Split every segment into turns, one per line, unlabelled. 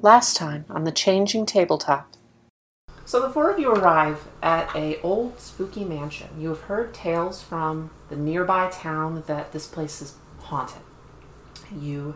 last time on the changing tabletop.
So the four of you arrive at a old spooky mansion. You have heard tales from the nearby town that this place is haunted. You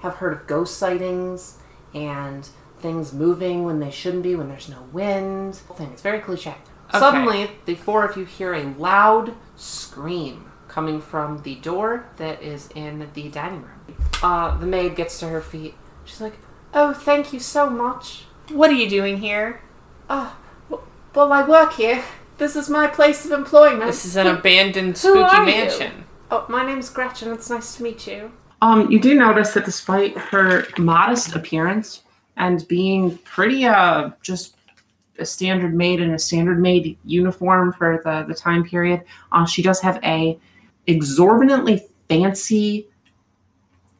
have heard of ghost sightings and things moving when they shouldn't be when there's no wind. Thing it's very cliche.
Okay.
Suddenly, the four of you hear a loud scream coming from the door that is in the dining room. Uh, the maid gets to her feet. She's like, "Oh, thank you so much."
What are you doing here?
Ah, Well, I work here. This is my place of employment.
This is an abandoned
Who
spooky
are you?
mansion.
Oh, my name's Gretchen. It's nice to meet you.
Um, you do notice that despite her modest appearance and being pretty uh just a standard maid in a standard maid uniform for the, the time period, uh, she does have a exorbitantly fancy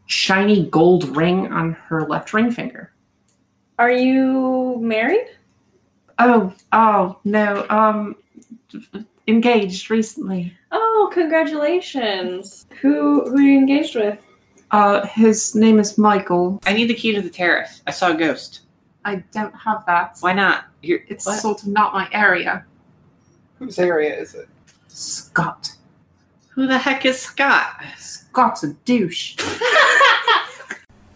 shiny gold ring on her left ring finger.
Are you married?
Oh, oh no, um engaged recently.
Oh, congratulations. Who who are you engaged with?
Uh his name is Michael.
I need the key to the terrace. I saw a ghost.
I don't have that.
Why not? You're,
It's
What?
sort of not my area.
Whose area is it?
Scott.
who the heck is Scott?
Scott's a douche.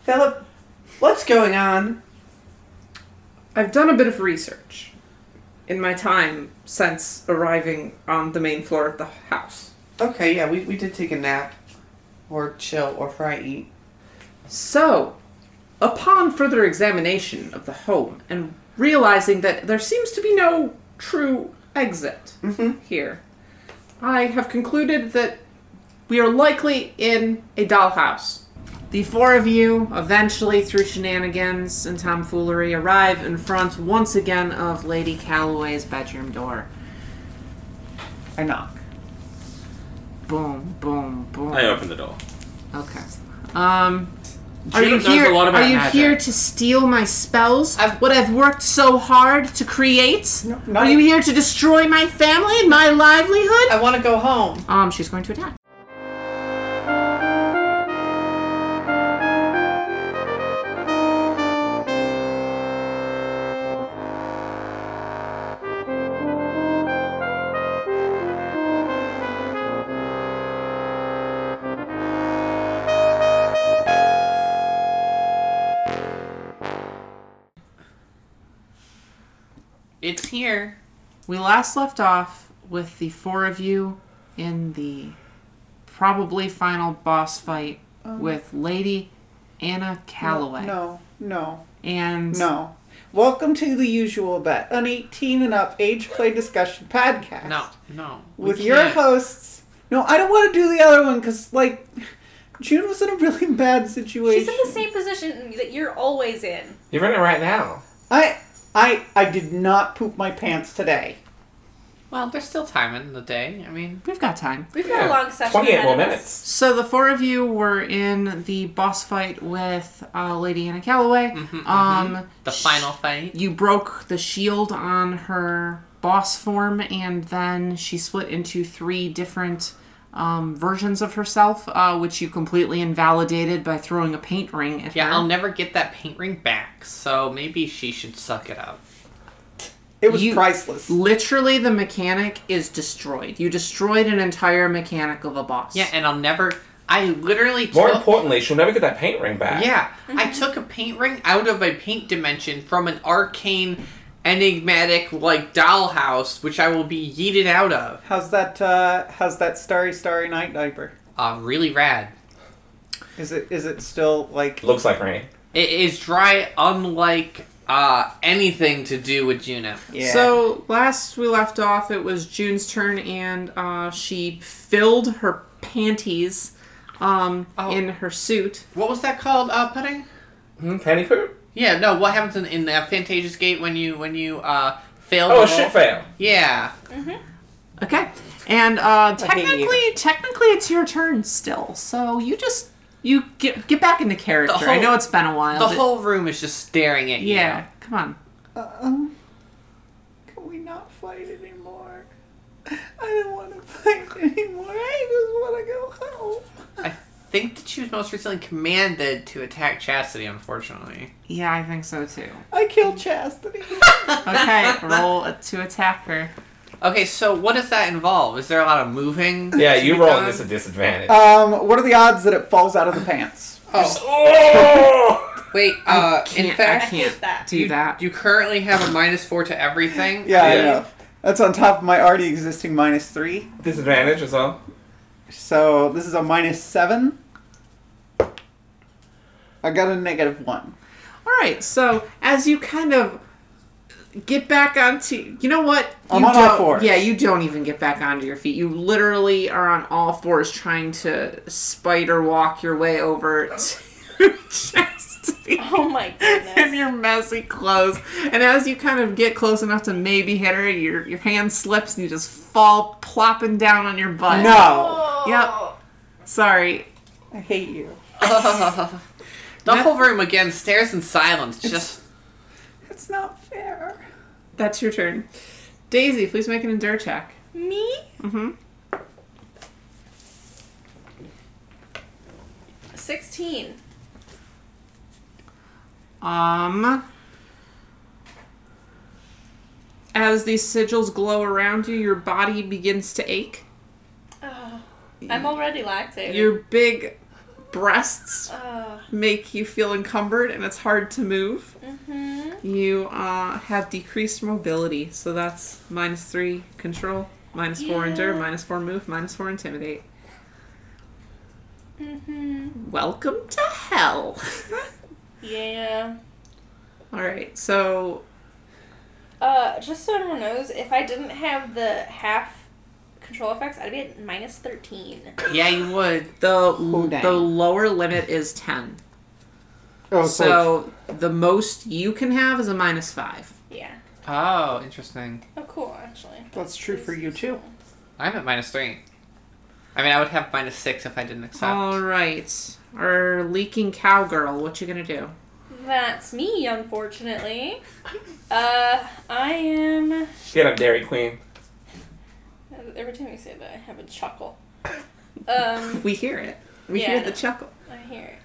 Philip, what's going on?
I've done a bit of research in my time since arriving on the main floor of the house.
Okay, yeah, we, we did take a nap. Or chill, or fry eat.
So, upon further examination of the home and realizing that there seems to be no true exit here, I have concluded that we are likely in a dollhouse. The four of you, eventually through shenanigans and tomfoolery, arrive in front once again of Lady Calloway's bedroom door.
I knock.
Boom, boom, boom.
I open the door.
Okay. Um, are
Jim
you
knows
here?
a lot about
are you
magic.
here to steal my spells? I've, what I've worked so hard to create?
No,
Are you here to destroy my family and my livelihood?
I want to go home.
Um, she's going to attack.
It's here.
We last left off with the four of you in the probably final boss fight with Lady Anna Calloway.
Um. No, no,
And
no. Welcome to the usual bet, an 18 and up age play discussion podcast.
No, no. we
with your
can't.
hosts. No, I don't want to do the other one because, like, June was in a really bad situation.
She's in the same position that you're always in.
You're in it right now.
I, I, I did not poop my pants today.
Well, there's still time in the day. I mean,
we've got time.
We've got a long session.
Twenty-eight
ahead
more
of us.
minutes.
So the four of you were in the boss fight with uh, Lady Anna Calloway. um,
Mm-hmm, the
sh-
final fight.
You broke the shield on her boss form, and then she split into three different um, versions of herself, uh, which you completely invalidated by throwing a paint ring at
Yeah,
her.
I'll never get that paint ring back, so maybe she should suck it up.
It was
You-
priceless.
Literally, the mechanic is destroyed. You destroyed an entire mechanic of a boss.
Yeah, and I'll never. I literally
More
took-
importantly, she'll never get that paint ring back.
Yeah, I took a paint ring out of a paint dimension from an arcane, enigmatic like dollhouse, which I will be yeeted out of.
How's that? Uh, how's that starry, starry night diaper?
Uh, really rad.
Is it? Is it still like?
Looks like rain.
It is dry, unlike uh, anything to do with Juno.
Yeah.
So last we left off, it was June's turn, and uh, she filled her panties um,
Oh.
in her suit.
What was that called? Uh, putting?
Hmm, panty poop?
Yeah, no. What happens in, in the Fantasia's Gate when you when you uh fail? the
Oh, a
roll?
shit fail.
Yeah.
Okay, and uh,
hate you.
technically, technically, it's your turn still. So you just you get get back into character. I
whole-
know it's been a while.
The
but-
whole room is just staring at you.
yeah. Come on.
um, can we not fight anymore? I don't want to fight anymore. I just want to go home.
I think that she was most recently commanded to attack Chastity, unfortunately.
Yeah, I think so too.
I killed Chastity.
Okay, roll a, to attack her.
Okay, so what does that involve? Is there a lot of moving?
Yeah,
to be
you rolling
done?
this at disadvantage.
um, what are the odds that it falls out of the pants?
Oh,
oh!
wait, uh, in
Can't- I
fact,
can't
that.
do
you,
that.
you currently have a minus four to everything.
Yeah,
Yeah.
I know. That's on top of my already existing minus three.
Disadvantage as well.
So this is a minus seven. I got a negative one.
All right. So as you kind of get back onto, you know what?
I'm
You
on all
don't-
fours.
Yeah, you don't even get back onto your feet. You literally are on all fours trying to spider walk your way over to Chastity.
Oh my
in
goodness.
your messy clothes. And as you kind of get close enough to maybe hit her, your your hand slips and you just fall plopping down on your butt.
No,
Yep. Sorry.
I hate you.
The whole room again stares in silence, just
It's not fair.
That's your turn. Daisy, please make an endure check.
Me?
Mhm.
16.
Um As these sigils glow around you, your body begins to ache.
Oh, I'm already lactating.
Your big breasts
Oh,
make you feel encumbered and it's hard to move.
mm-hmm.
You uh, have decreased mobility, so that's minus three control, minus four endure,
Yeah.
minus four move, minus four intimidate.
Mm-hmm.
Welcome to hell.
Yeah.
All right, so
Uh, just so everyone knows, if I didn't have the half control effects, I'd be at minus 13.
yeah, you would.
the
dang.
the lower limit is ten.
Oh,
So the most you can have is a minus five.
Yeah.
Oh, interesting.
Oh, cool, actually.
that's true for you too.
I'm at minus three. I mean, I would have minus six if I didn't accept.
All right, our leaking cowgirl. What you gonna do?
That's me, unfortunately. Uh, I am.
Get up, Dairy Queen.
Every time you say that, I have a chuckle. Um,
We hear it. We
Yeah.
hear the chuckle.
I hear it.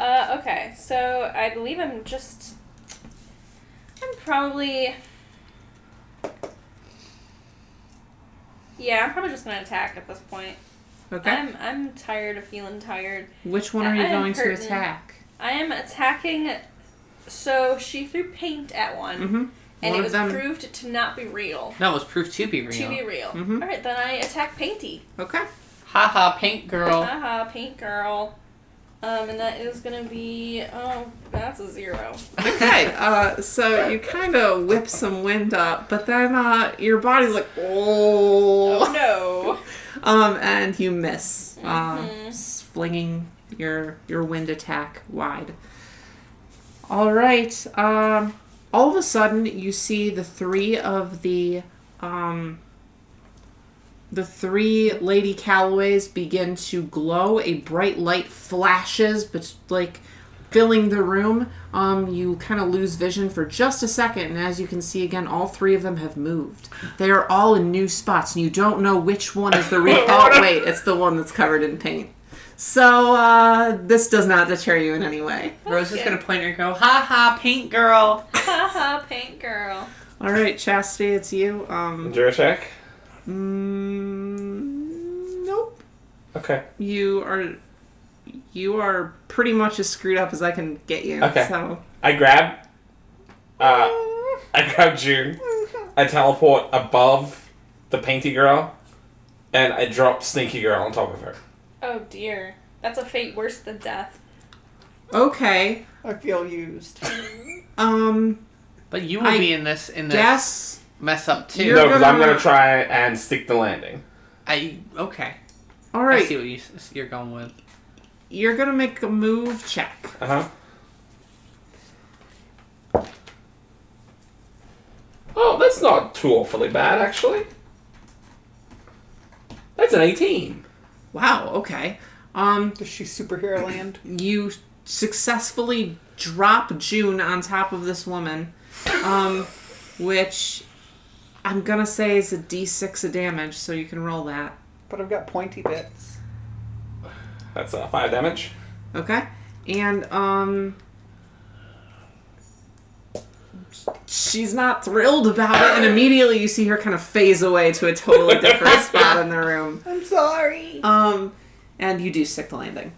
Uh, okay, so I believe I'm just. I'm probably. Yeah, I'm probably just gonna attack at this point.
Okay.
I'm I'm tired of feeling tired.
Which one are
I-
you
I'm
going to
hurting.
attack?
I am attacking. So she threw paint at one,
Mm-hmm.
and
one
it
of
was
them-
proved to not be real.
No, it was proof to be real.
To be real.
Mhm.
All right, then I attack Painty.
Okay.
Haha, paint girl.
Haha, paint girl. Um, and that is gonna be oh, that's a zero.
Okay, uh, so you kind of whip some wind up, but then uh, your body's like,
Oh
oh,
no.
um, and you miss, uh,
Mhm.
s- flinging your your wind attack wide. All right. Um, all of a sudden, you see the three of the um, the three Lady Callaways begin to glow. A bright light flashes, but like filling the room. Um, you kind of lose vision for just a second, and as you can see again, all three of them have moved. They are all in new spots, and you don't know which one is the real. oh wait, it's the one that's covered in paint. So uh, this does not deter you in any way.
Rose is gonna point her and go, haha, paint girl.
Haha, paint girl.
All right, Chastity, it's you. Um,
Endure check.
mm, nope.
Okay.
You are, you are pretty much as screwed up as I can get you.
Okay.
So
I grab. Uh, I grab June. I teleport above the painty girl, and I drop Sneaky Girl on top of her.
Oh dear, that's a fate worse than death.
okay.
I feel used.
Um,
But you will
I
be in this in this
guess
mess up too.
You're
no, because I'm
gonna-
gonna try and stick the landing.
I okay.
all
I see
right.
what you, s- you're going with.
You're gonna make a move check.
Uh huh. Oh, that's not too awfully bad, actually. That's an 18.
Wow. Okay. Um,
Does she superhero land?
you successfully drop June on top of this woman, um, which I'm gonna say is a D6 of damage. So you can roll that.
But I've got pointy bits.
That's uh, five damage.
Okay. And um she's not thrilled about it and immediately you see her kind of phase away to a totally different spot in the room.
I'm sorry.
Um and you do stick the landing.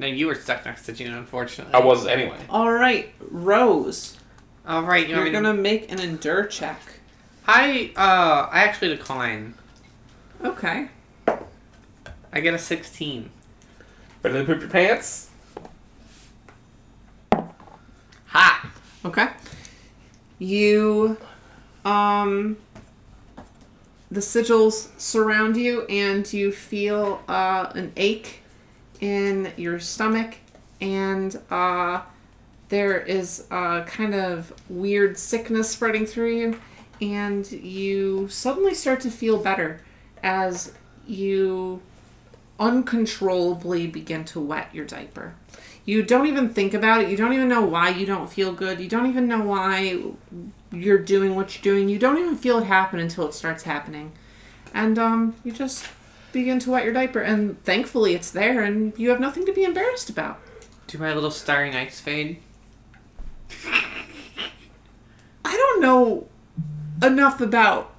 No, you were stuck next to June, unfortunately.
I was anyway.
All right, Rose,
All right, you want
you're
me to-
going to make an endure check.
I uh, I actually decline.
Okay.
I get a sixteen.
Better than poop your pants.
Ha!
Okay. You, um, the sigils surround you, and you feel uh, an ache in your stomach, and uh, there is a kind of weird sickness spreading through you, and you suddenly start to feel better as you uncontrollably begin to wet your diaper. You don't even think about it. You don't even know why you don't feel good. You don't even know why you're doing what you're doing. You don't even feel it happen until it starts happening. And um, you just begin to wet your diaper, and thankfully it's there, and you have nothing to be embarrassed about.
Do my little starry nights fade?
I don't know enough about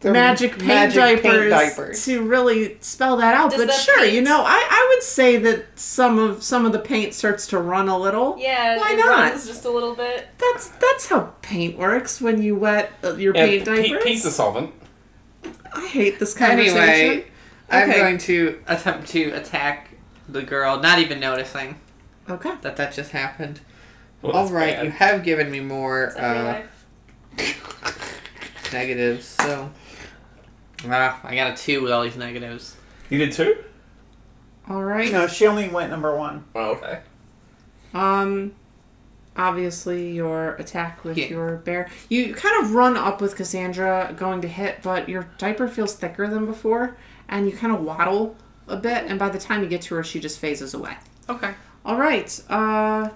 They're
magic paint,
magic
diapers,
paint diapers.
to really spell that out,
Does
but
the
sure, you
paint-
know, I, I would say that some of some of the paint starts to run a little.
Yeah,
Why
it
not?
runs just a little bit.
That's that's how paint works when you wet uh, your
And
paint
pe-
diapers.
pizza solvent.
I hate this conversation.
Anyway, I'm
Okay.
going to attempt to attack the girl, not even noticing
Okay.
that that just happened.
Well,
All
that's
right,
bad.
you have given me more
It's every
uh,
life.
negatives, so ah, I got a two with all these negatives.
You did two.
All right.
No, she only went number one.
Oh, okay.
Um, obviously your attack with
Yeah.
your bear. You kind of run up with Cassandra going to hit, but your diaper feels thicker than before, and you kind of waddle a bit. And by the time you get to her, she just phases away.
Okay.
All right. Uh,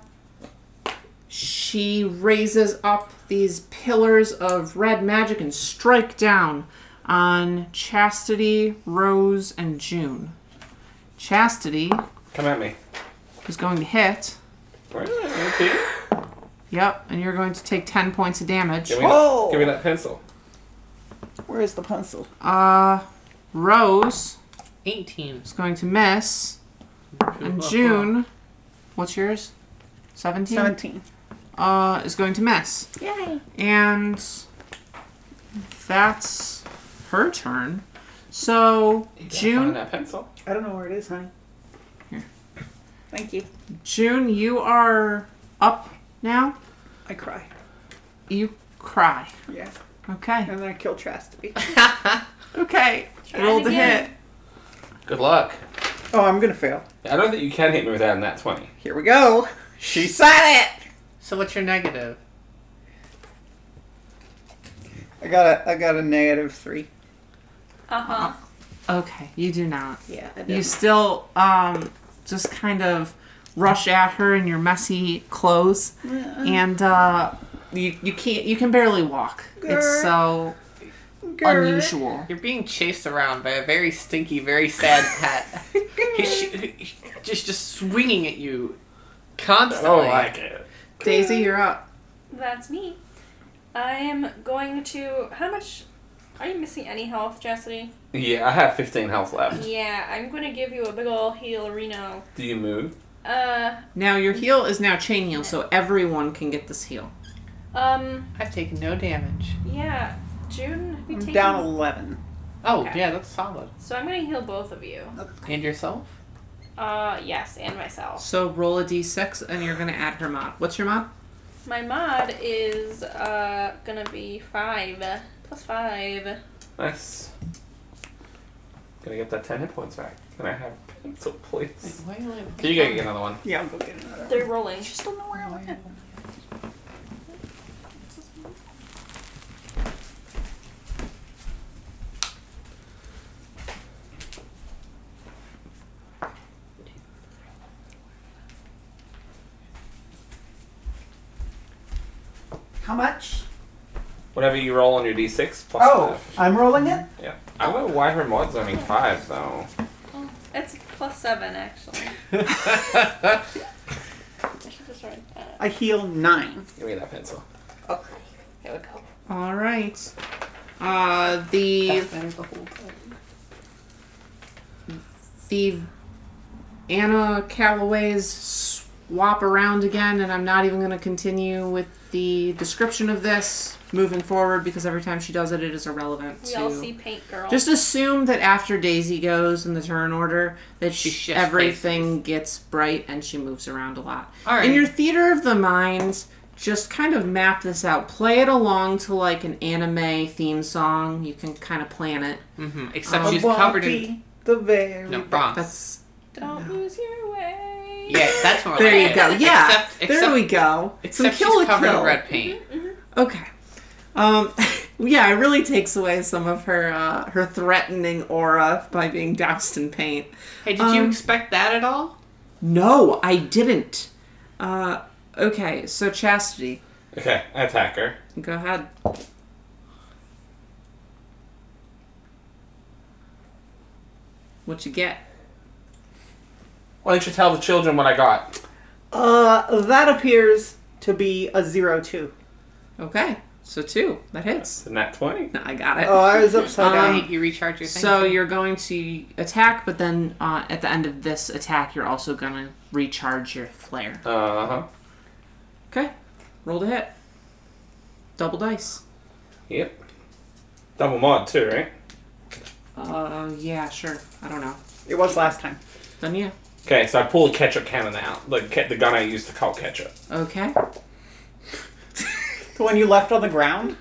she raises up these pillars of red magic and strike down on Chastity, Rose, and June. Chastity
Come at me.
is going to hit.
Right, okay.
Yep, and you're going to take 10 points of damage.
Give me, that, give me that pencil.
Where is the pencil?
Uh, Rose
Eighteen.
is going to miss. And June, what's yours? 17?
Seventeen.
Uh, is going to miss.
Yay.
And that's her turn. So,
Find
June,
that pencil.
I don't know where it is, honey.
Here.
Thank you.
June, you are up now.
I cry.
You cry.
Yeah.
Okay.
And then I kill Chastity.
Okay.
Try it
Roll the
again.
hit.
Good luck.
oh, I'm gonna fail.
I don't think you can hit me without that twenty.
Here we go. She said it.
So what's your negative?
I got a I got a negative three.
Uh huh.
Okay, you do not.
Yeah, I
You still um, just kind of rush at her in your messy clothes, and uh, you you can't you can barely walk. It's so unusual.
You're being chased around by a very stinky, very sad pet. he's, he's just just swinging at you
I
constantly.
don't like Oh, it.
Daisy, you're up.
That's me. I am going to. How much? Are you missing any health, Chastity?
Yeah, I have fifteen health left.
Yeah, I'm going to give you a big ol' heal, Reno.
Do you move?
Uh,
Now your heel is now chain heel, so everyone can get this heel.
um,
I've taken no damage.
yeah. June, have you
I'm
taken?
down eleven.
Oh
Okay.
yeah, that's solid.
So I'm going to heal both of you.
And yourself?
Uh, yes, and myself.
So roll a d6, and you're gonna add her mod. What's your mod?
My mod is uh gonna be five plus five.
Nice. Gonna get that ten hit points back. Can I have a pencil, please?
Why do I-
Can you go get another one?
Yeah, I'll go get another.
They're rolling.
Just don't know where I went. How much?
Whatever you roll on your d6 plus
Oh,
five.
I'm rolling it.
Yeah. I don't know why her mod's only five though.
It's plus seven, actually. I should just write that.
I heal nine.
Give me that pencil.
Okay.
There we go.
All right. Uh, the the Anna Calloway's swap around again, and I'm not even going to continue with the description of this moving forward because every time she does it, it is irrelevant.
We
to...
all see Paint Girl.
Just assume that after Daisy goes in the turn order, that
She
she,
shifts
everything gets bright and she moves around a lot.
All right.
In your theater of the mind, just kind of map this out. Play it along to like an anime theme song. You can kind of plan it.
hmm Except
I
she's
wanna
covered in
be the very
no wrong.
That's
Don't lose your way.
yeah, that's what.
there
we're
you
like.
go. Yeah,
Except, except,
there we go. Some
Except
Kill
she's
la
covered
Kill.
in red paint.
Okay. Um, yeah, it really takes away some of her uh, her threatening aura by being doused in paint.
Hey, did you
Um,
expect that at all?
No, I didn't. Uh, okay, so Chastity,
Okay, I attack her.
go ahead. What you get?
Why don't you tell the children what I got?
Uh, that appears to be a zero two.
Okay, so two. That hits.
It's a nat 20.
No, I got it.
Oh, I was upside
Um,
down.
Wait, you recharge your thing.
so you're going to attack, but then uh, at the end of this attack, you're also going to recharge your flare.
Uh huh.
Okay, roll to hit. Double dice.
Yep. Double mod too, right?
Uh, yeah, sure. I don't know.
It was last time.
Then yeah.
Okay, so I pull the ketchup cannon out, the ca- the gun I used to call ketchup.
Okay.
The one you left on the ground.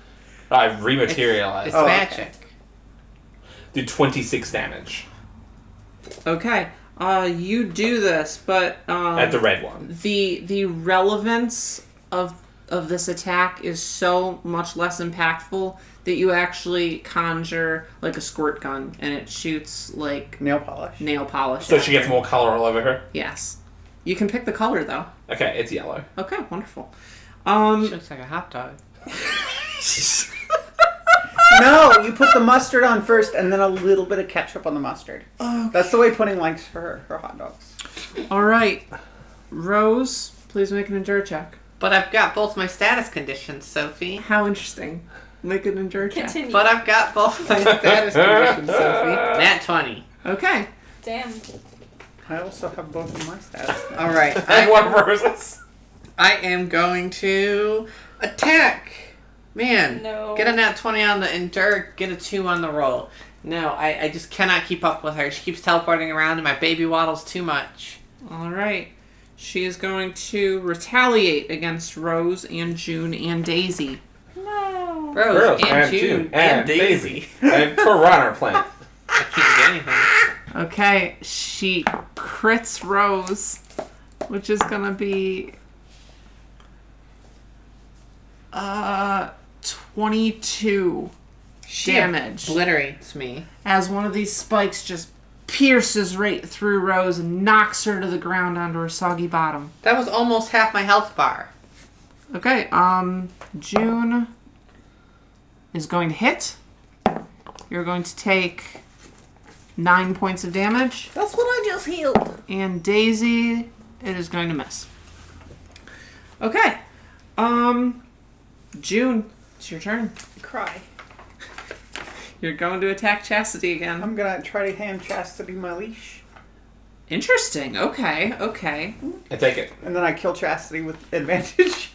I
It's
rematerialized.
Oh, okay.
magic.
Do twenty six damage
Okay. Uh, you do this, but um,
at the red one.
the the relevance of of this attack is so much less impactful that you actually conjure like a squirt gun and it shoots like
Nail polish.
nail polish.
So
at
she
her.
gets more color all over her.
Yes. You can pick the color though.
Okay, it's yellow.
Okay, wonderful.
She
Um,
looks like a hot dog.
No, you put the mustard on first, and then a little bit of ketchup on the mustard. That's the way Pudding likes her her hot dogs.
all right, Rose, please make an endure check.
But I've got both my status conditions, Sophie.
How interesting. Make an endure check.
Continue.
But I've got both my status conditions, Sophie. Nat 20.
Okay.
Damn.
I also have both of my stats.
All right.
And
I,
one roses.
I am going to attack. Man,
No.
get a nat 20 on the endure, get a 2 on the roll. No, I, I just cannot keep up with her. She keeps teleporting around, and my baby waddles too much.
All right. She is going to retaliate against Rose and June and Daisy.
No.
Rose,
Girls,
Oh, and, June, and, Daisy.
and piranha plant.
I can't do anything.
Okay, she crits Rose, which is gonna be uh 22
She
damage
obliterates me.
as one of these spikes just pierces right through Rose and knocks her to the ground onto her soggy bottom.
That was almost half my health bar.
Okay, um, June is going to hit. You're going to take nine points of damage.
That's what I just healed.
And Daisy, it is going to miss. Okay, um, June, it's your turn.
Cry.
You're going to attack Chastity again.
I'm gonna try to hand Chastity my leash,
Interesting. Okay, okay.
I take it.
and then I kill Chastity with advantage.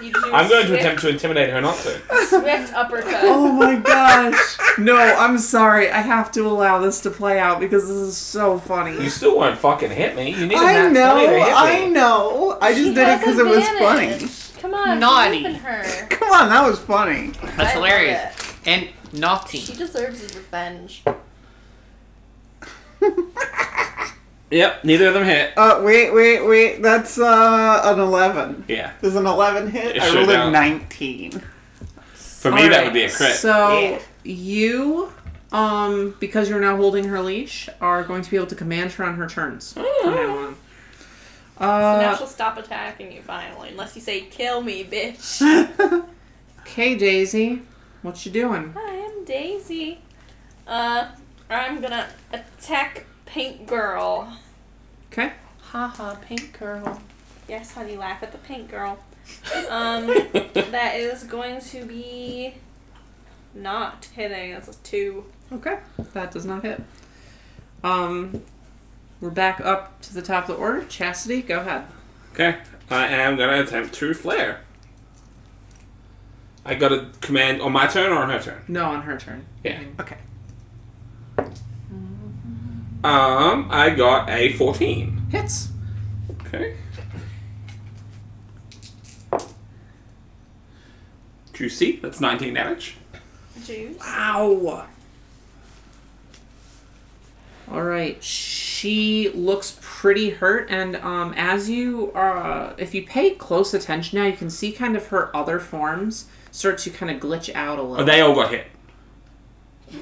You do
I'm going to
swift-
attempt to intimidate her not to.
Swift uppercut.
Oh my gosh. No, I'm sorry. I have to allow this to play out because this is so funny.
You still won't fucking hit me. You need a
I
nat
know,
20 to hit me.
I know. I just
She
did it
has
because it was funny.
advantage. Come on,
Naughty.
believe in her.
Come on, that was funny.
That's
I love
hilarious. Uh,
it.
And
She
naughty.
deserves his revenge.
Yep, neither of them hit.
Uh, wait, wait, wait. That's uh an eleven.
Yeah.
There's an eleven hit.
It
I
sure
rolled
don't.
a nineteen.
For me, that would be a crit.
So
Yeah.
you, um, because you're now holding her leash, are going to be able to command her on her turns. From now on.
So now
Uh,
she'll stop attacking you finally, unless you say, kill me, bitch.
okay, Daisy, what you doing?
Hi, I'm Daisy. Uh, I'm gonna attack Pink Girl.
Okay.
Haha, pink girl.
Yes, honey, laugh at the Pink Girl. Um, that is going to be not hitting. That's a two.
Okay. That does not hit. Um, we're back up to the top of the order. Chastity, go ahead.
Okay, I am gonna attempt to flare. I got a command on my turn or on her turn.
No, on her turn. Mm-hmm.
Yeah.
Okay.
Um, I got a fourteen.
Hits.
Okay. Juicy. That's nineteen damage.
Juice.
Ow. All right. She looks pretty hurt, and um, as you uh, if you pay close attention now, you can see kind of her other forms start to kind of glitch out a
Oh,
little.
they all got hit.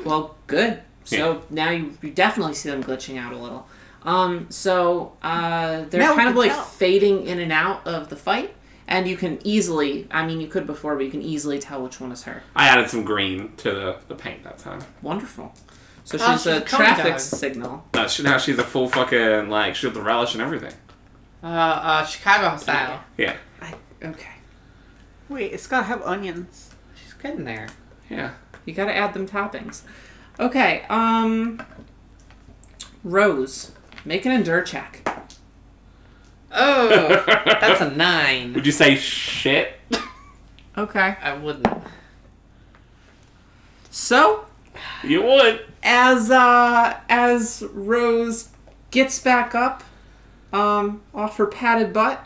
well, good. So now you, you definitely see them glitching out a little. Um, so uh, they're
Now we
kind of
can
like
tell.
fading in and out of the fight, and you can easily—I mean, you could before, but you can easily tell which one is her.
I added some green to the, the paint that time.
Wonderful. So she's
Oh, she's
a
a cone dog.
traffic signal.
No, she, now she's a full fucking like she got the relish and everything.
Uh, uh, Chicago style.
Yeah,
Okay.
Wait, it's gotta have onions.
She's getting there.
yeah.
You gotta add them toppings. Okay, um Rose, make an endure check.
Oh, that's a nine.
Would you say shit?
Okay.
I wouldn't.
So
You would.
as uh as Rose gets back up, um, off her padded butt,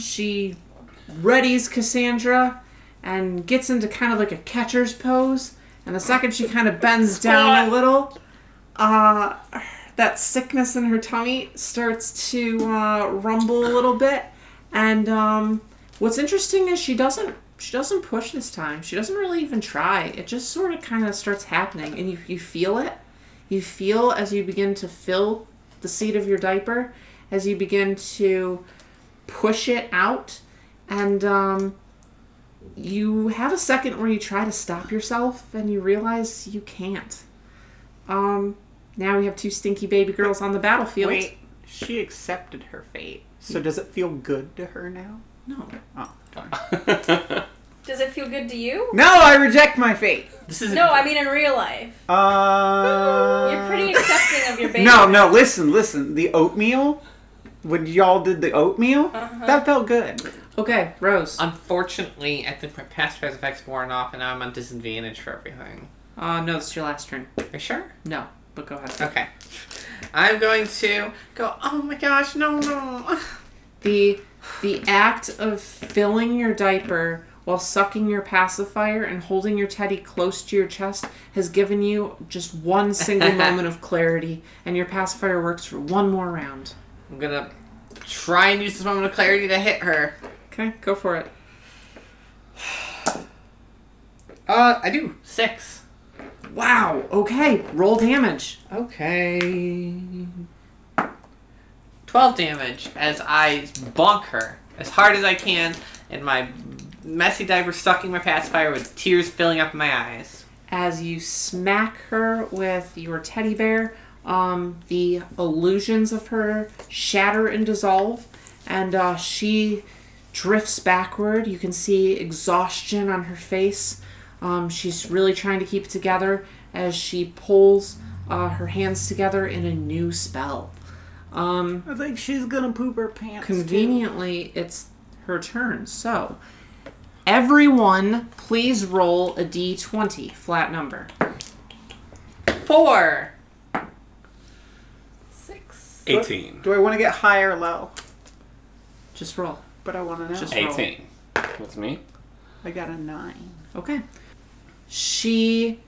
she readies Cassandra and gets into kind of like a catcher's pose. And the second she kind of bends down a little, uh, that sickness in her tummy starts to uh, rumble a little bit. And um, what's interesting is she doesn't she doesn't push this time. She doesn't really even try. It just sort of kind of starts happening, and you you feel it. You feel as you begin to fill the seat of your diaper, as you begin to push it out, and um, you have a second where you try to stop yourself and you realize you can't. Um, now we have two stinky baby girls on the battlefield.
Wait, she accepted her fate. So does it feel good to her now?
No.
Oh, darn.
Does it feel good to you?
no, I reject my fate.
This is
No, I mean in real life.
Uh,
You're pretty accepting of your baby.
No, no, listen, listen. The oatmeal, when y'all did the oatmeal,
Uh-huh.
that felt good.
Okay, Rose.
Unfortunately, I think my past stress effects worn off, and now I'm on disadvantage for everything.
Uh, no, it's your last turn.
Are you sure?
No, but go ahead.
Okay. I'm going to go. Oh my gosh! No, no.
The the act of filling your diaper while sucking your pacifier and holding your teddy close to your chest has given you just one single moment of clarity, and your pacifier works for one more round.
I'm gonna try and use this moment of clarity to hit her.
Okay, go for it.
Uh, I do six.
Wow. Okay, roll damage.
Okay. Twelve damage as I bonk her as hard as I can, and my messy diaper sucking my pacifier with tears filling up my eyes.
as you smack her with your teddy bear. Um, the illusions of her shatter and dissolve, and uh, she drifts backward. You can see exhaustion on her face. Um, she's really trying to keep it together as she pulls uh, her hands together in a new spell. Um,
I think she's gonna poop her pants.
conveniently, it's her turn. So, everyone, please roll a d20, flat number.
Four.
Six.
Eighteen.
Do I want to get high or low?
Just roll.
But I want to know.
Just-
Eighteen. That's me.
I got a nine.
Okay. She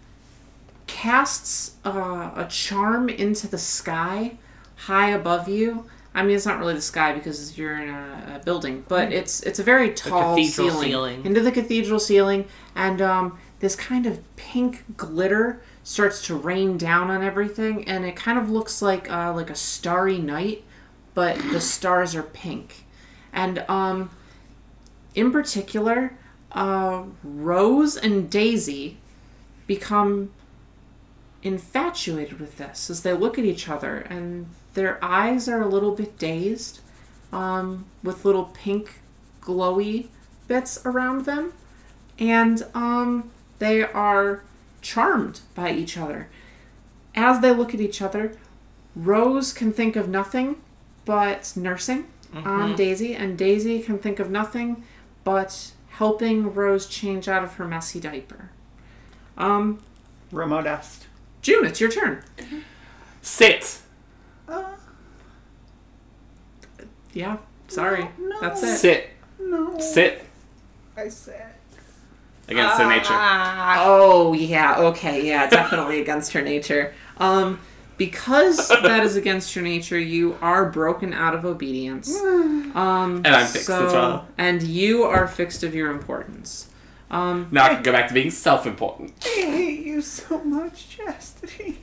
casts uh, a charm into the sky high above you. I mean, it's not really the sky because you're in a, a building, but it's it's a very tall
Mm-hmm. cathedral
ceiling.
ceiling.
into the cathedral ceiling, and um, this kind of pink glitter starts to rain down on everything, and it kind of looks like uh, like a starry night, but the stars are pink, and um, in particular, uh, Rose and Daisy become infatuated with this as they look at each other and their eyes are a little bit dazed um, with little pink glowy bits around them and um, they are charmed by each other as they look at each other rose can think of nothing but nursing on daisy and daisy can think of nothing but helping rose change out of her messy diaper um,
Remo dust.
June, it's your turn.
Sit.
Uh,
Yeah, sorry.
No, no.
That's it.
Sit.
no.
Sit.
I said.
Against their nature.
Oh, yeah, okay, yeah, definitely against her nature. Um, because that is against your nature, you are broken out of obedience. Um,
Mm. And I'm fixed as well.
And you are fixed of your importance. Um,
Now I can go back to being self important.
I hate you so much, Chastity.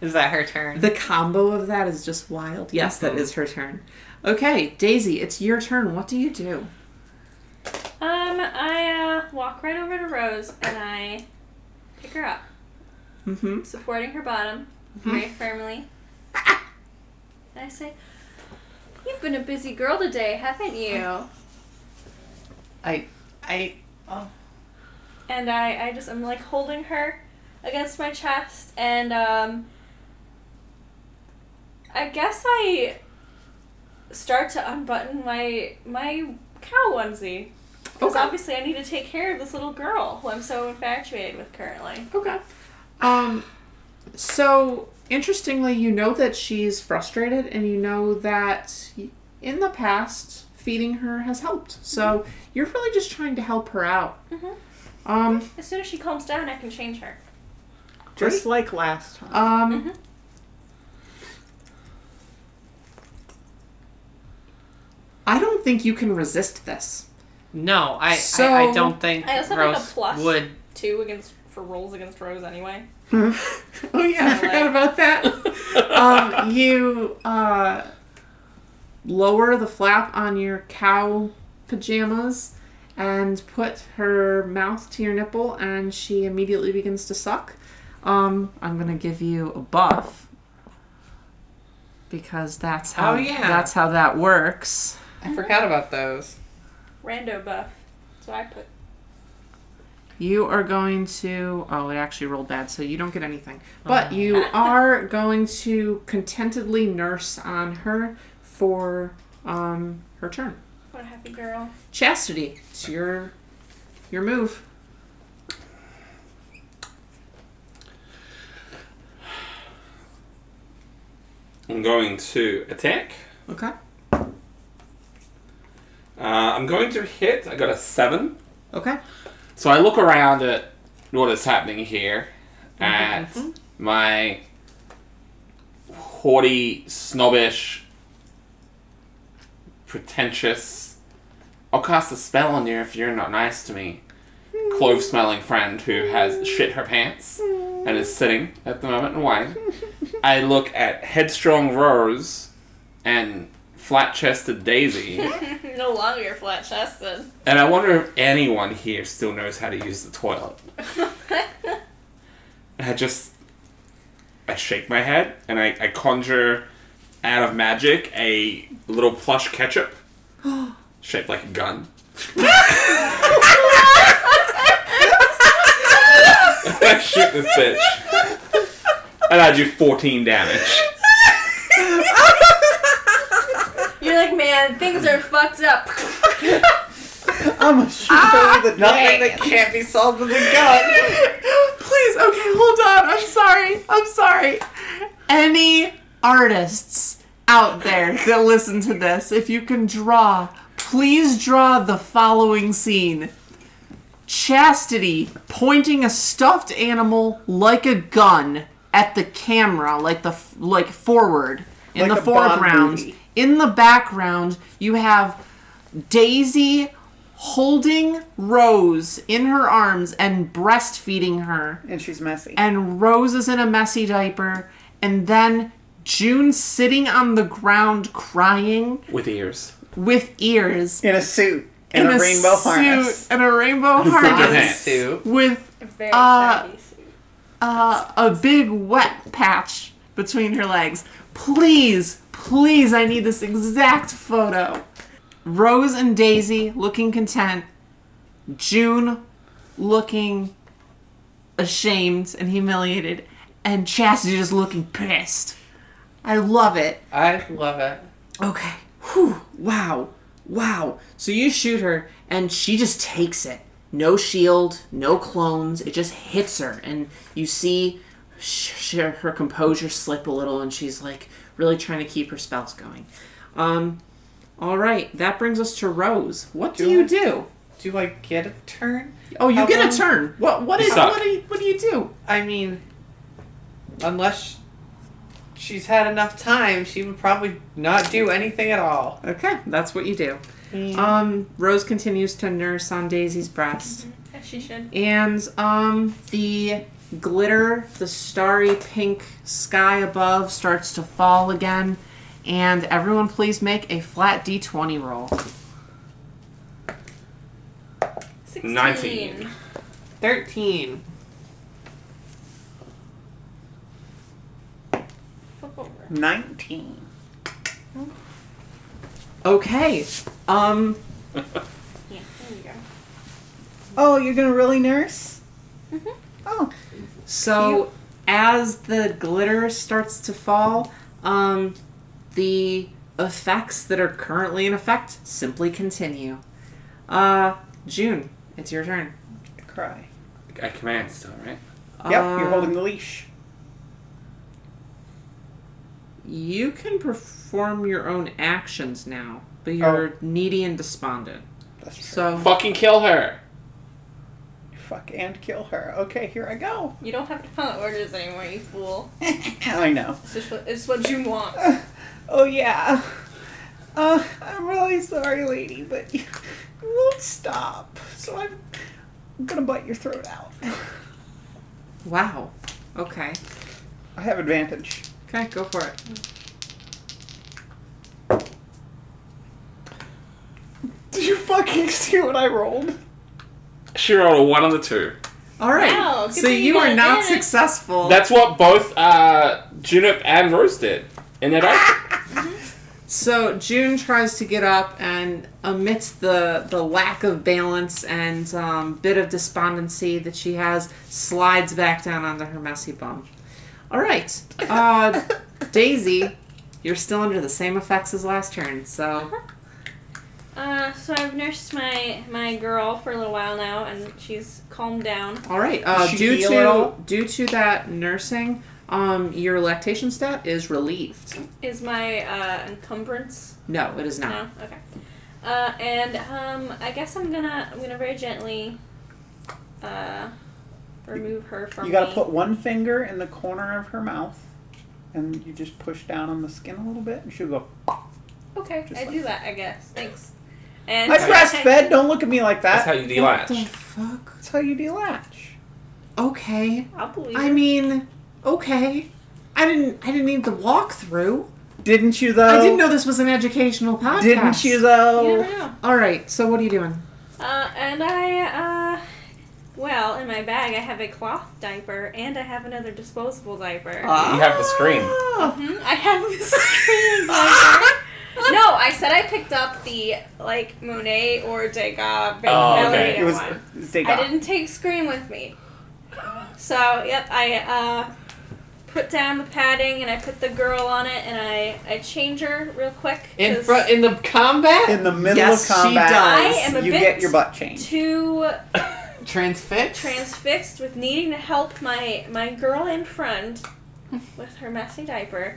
Is that her turn?
the combo of that is just wild. Yes,
Mm-hmm.
that is her turn. Okay, Daisy, it's your turn. What do you do?
Um, I uh, walk right over to Rose and I pick her up,
Mm-hmm.
supporting her bottom very firmly. And I say, You've been a busy girl today, haven't you?
I, I, oh,
And I, I just, I'm like holding her against my chest and, um, I guess I start to unbutton my, my cow onesie. Because
Okay.
obviously I need to take care of this little girl who I'm so infatuated with currently.
Okay. Um, so interestingly, you know that she's frustrated, and you know that in the past feeding her has helped. So you're really just trying to help her out.
Mhm.
Um,
As soon as she calms down, I can change her.
Just like last time.
um,
Mhm.
I don't think you can resist this.
no, I,
So-
I, I don't think
I also have, like, a
Rose
plus.
would.
Two against for rolls against Rose anyway.
Oh yeah, I forgot about that. um, you uh, lower the flap on your cow pajamas and put her mouth to your nipple, and she immediately begins to suck. Um, I'm gonna give you a buff because that's how
Oh, yeah.
that's how that works.
I forgot about those.
Rando buff. So I put
You are going to. Oh, it actually rolled bad, so you don't get anything.
Oh.
But you are going to contentedly nurse on her for um, her turn.
what a happy girl.
Chastity, it's your your move.
I'm going to attack.
Okay.
Uh, I'm going to hit. I got a seven.
Okay.
So I look around at what is happening here, at my haughty, snobbish, pretentious. I'll cast a spell on you if you're not nice to me. Clove smelling friend who has shit her pants and is sitting at the moment and whining. I look at headstrong Rose and flat chested Daisy.
no longer flat chested.
And I wonder if anyone here still knows how to use the toilet. And I just. I shake my head and I, I conjure out of magic a little plush ketchup shaped like a gun. And I shoot this bitch. And I do 14 damage.
You're like, man, things are fucked up.
I'm a shooter with nothing that
can't be solved with a gun.
Please, okay, hold on. I'm sorry. I'm sorry. Any artists out there that listen to this, if you can draw, please draw the following scene Chastity pointing a stuffed animal like a gun at the camera, like the f- like forward in
Like
the
a Bond
foreground.
movie.
In the background, you have Daisy holding Rose in her arms and breastfeeding her,
And she's messy.
and Rose is in a messy diaper, and then June sitting on the ground crying
With ears.
with ears
In a suit. In, a, rainbow harness.
and a rainbow
With their
harness
pants.
Sue.
with
Very
Uh,
saggy.
uh, a big wet patch between her legs. Please, please, I need this exact photo. Rose and Daisy looking content. June looking ashamed and humiliated. And Chastity just looking pissed. I love it.
I love it.
Okay. Whew. Wow. Wow. So you shoot her, and she just takes it. No shield, no clones. It just hits her, and you see sh- sh- her composure slip a little, and she's like really trying to keep her spells going. Um. All right. That brings us to Rose. What do,
Do
you
I-
do?
Do I get a turn?
Oh, you
How
get
long-
a turn. What? What
You
is?
suck.
What do you? What do you do?
I mean, unless she's had enough time, she would probably not do anything at all.
Okay, that's what you do. Um. Rose continues to nurse on Daisy's breast.
As she should.
and um the glitter the starry pink sky above starts to fall again and everyone please make a flat d20 roll
16.
Nineteen.
13.
Flip over.
19.
okay um
Yeah, there you go.
Oh, you're gonna really nurse?
Mhm.
Oh,
So as the glitter starts to fall, um, the effects that are currently in effect simply continue. Uh, June, it's your turn.
cry.
I command still, right?
Yep,
Uh,
you're holding the leash.
You can perform your own actions now, but you're needy and despondent.
That's true.
So
Fucking kill her!
Fuck and kill her. Okay, here I go.
You don't have to follow orders anymore, you fool.
I know.
It's just what, it's what you want.
Oh yeah. Uh, I'm really sorry, lady, but you won't stop. So I'm gonna bite your throat out.
wow. Okay.
I have advantage.
Okay, go for it.
Did you fucking see what I rolled?
She rolled a one on the two.
All right.
Wow, good
so
thing you
you
got
are not
advantage.
successful.
That's what both uh, Junip and Rose did in
Ah,
their dice.
So June tries to get up, and amidst the the lack of balance and um, bit of despondency that she has, slides back down onto her messy bum. All right, uh, Daisy, you're still under the same effects as last turn. So
Uh, so I've nursed my my girl for a little while now, and she's calmed down.
all right, uh,
Does she
due
heal at
to
all?
due to that nursing, um, your lactation stat is relieved.
Is my uh, encumbrance?
No,
Ah.
it is not.
No. Okay. Uh, and um, I guess I'm gonna I'm gonna very gently uh, remove her from.
You gotta
me.
put one finger in the corner of her mouth, and you just push down on the skin a little bit, and she'll go.
Okay, I
like
do that. I guess. Thanks. And
I breastfed. Don't look at me like
That's
that.
how you delatch.
fuck?
That's how you delatch.
Okay.
I'll believe.
I
it.
mean, okay. I didn't. I didn't need the walkthrough.
Didn't you though?
I didn't know this was an educational podcast.
Didn't you
You
though?
never know.
All right. So what are you doing?
Uh, and I, uh, well, in my bag I have a cloth diaper and I have another disposable diaper.
Ah. Uh,
You have the scream.
Mhm, I have this screen diaper. No, I said I picked up the like Monet or Degas
Oh,
ballerina
okay.
It was.
one.
They
I
got.
didn't take Scream with me. So, yep, I uh, put down the padding and I put the girl on it and I, I change her real quick.
In
'cause
front in the combat?
in the middle
Yes, she
of combat,
does.
I am a
you
bit
get your butt chained.
Too
Transfix?
transfixed with needing to help my, my girl and friend with her messy diaper.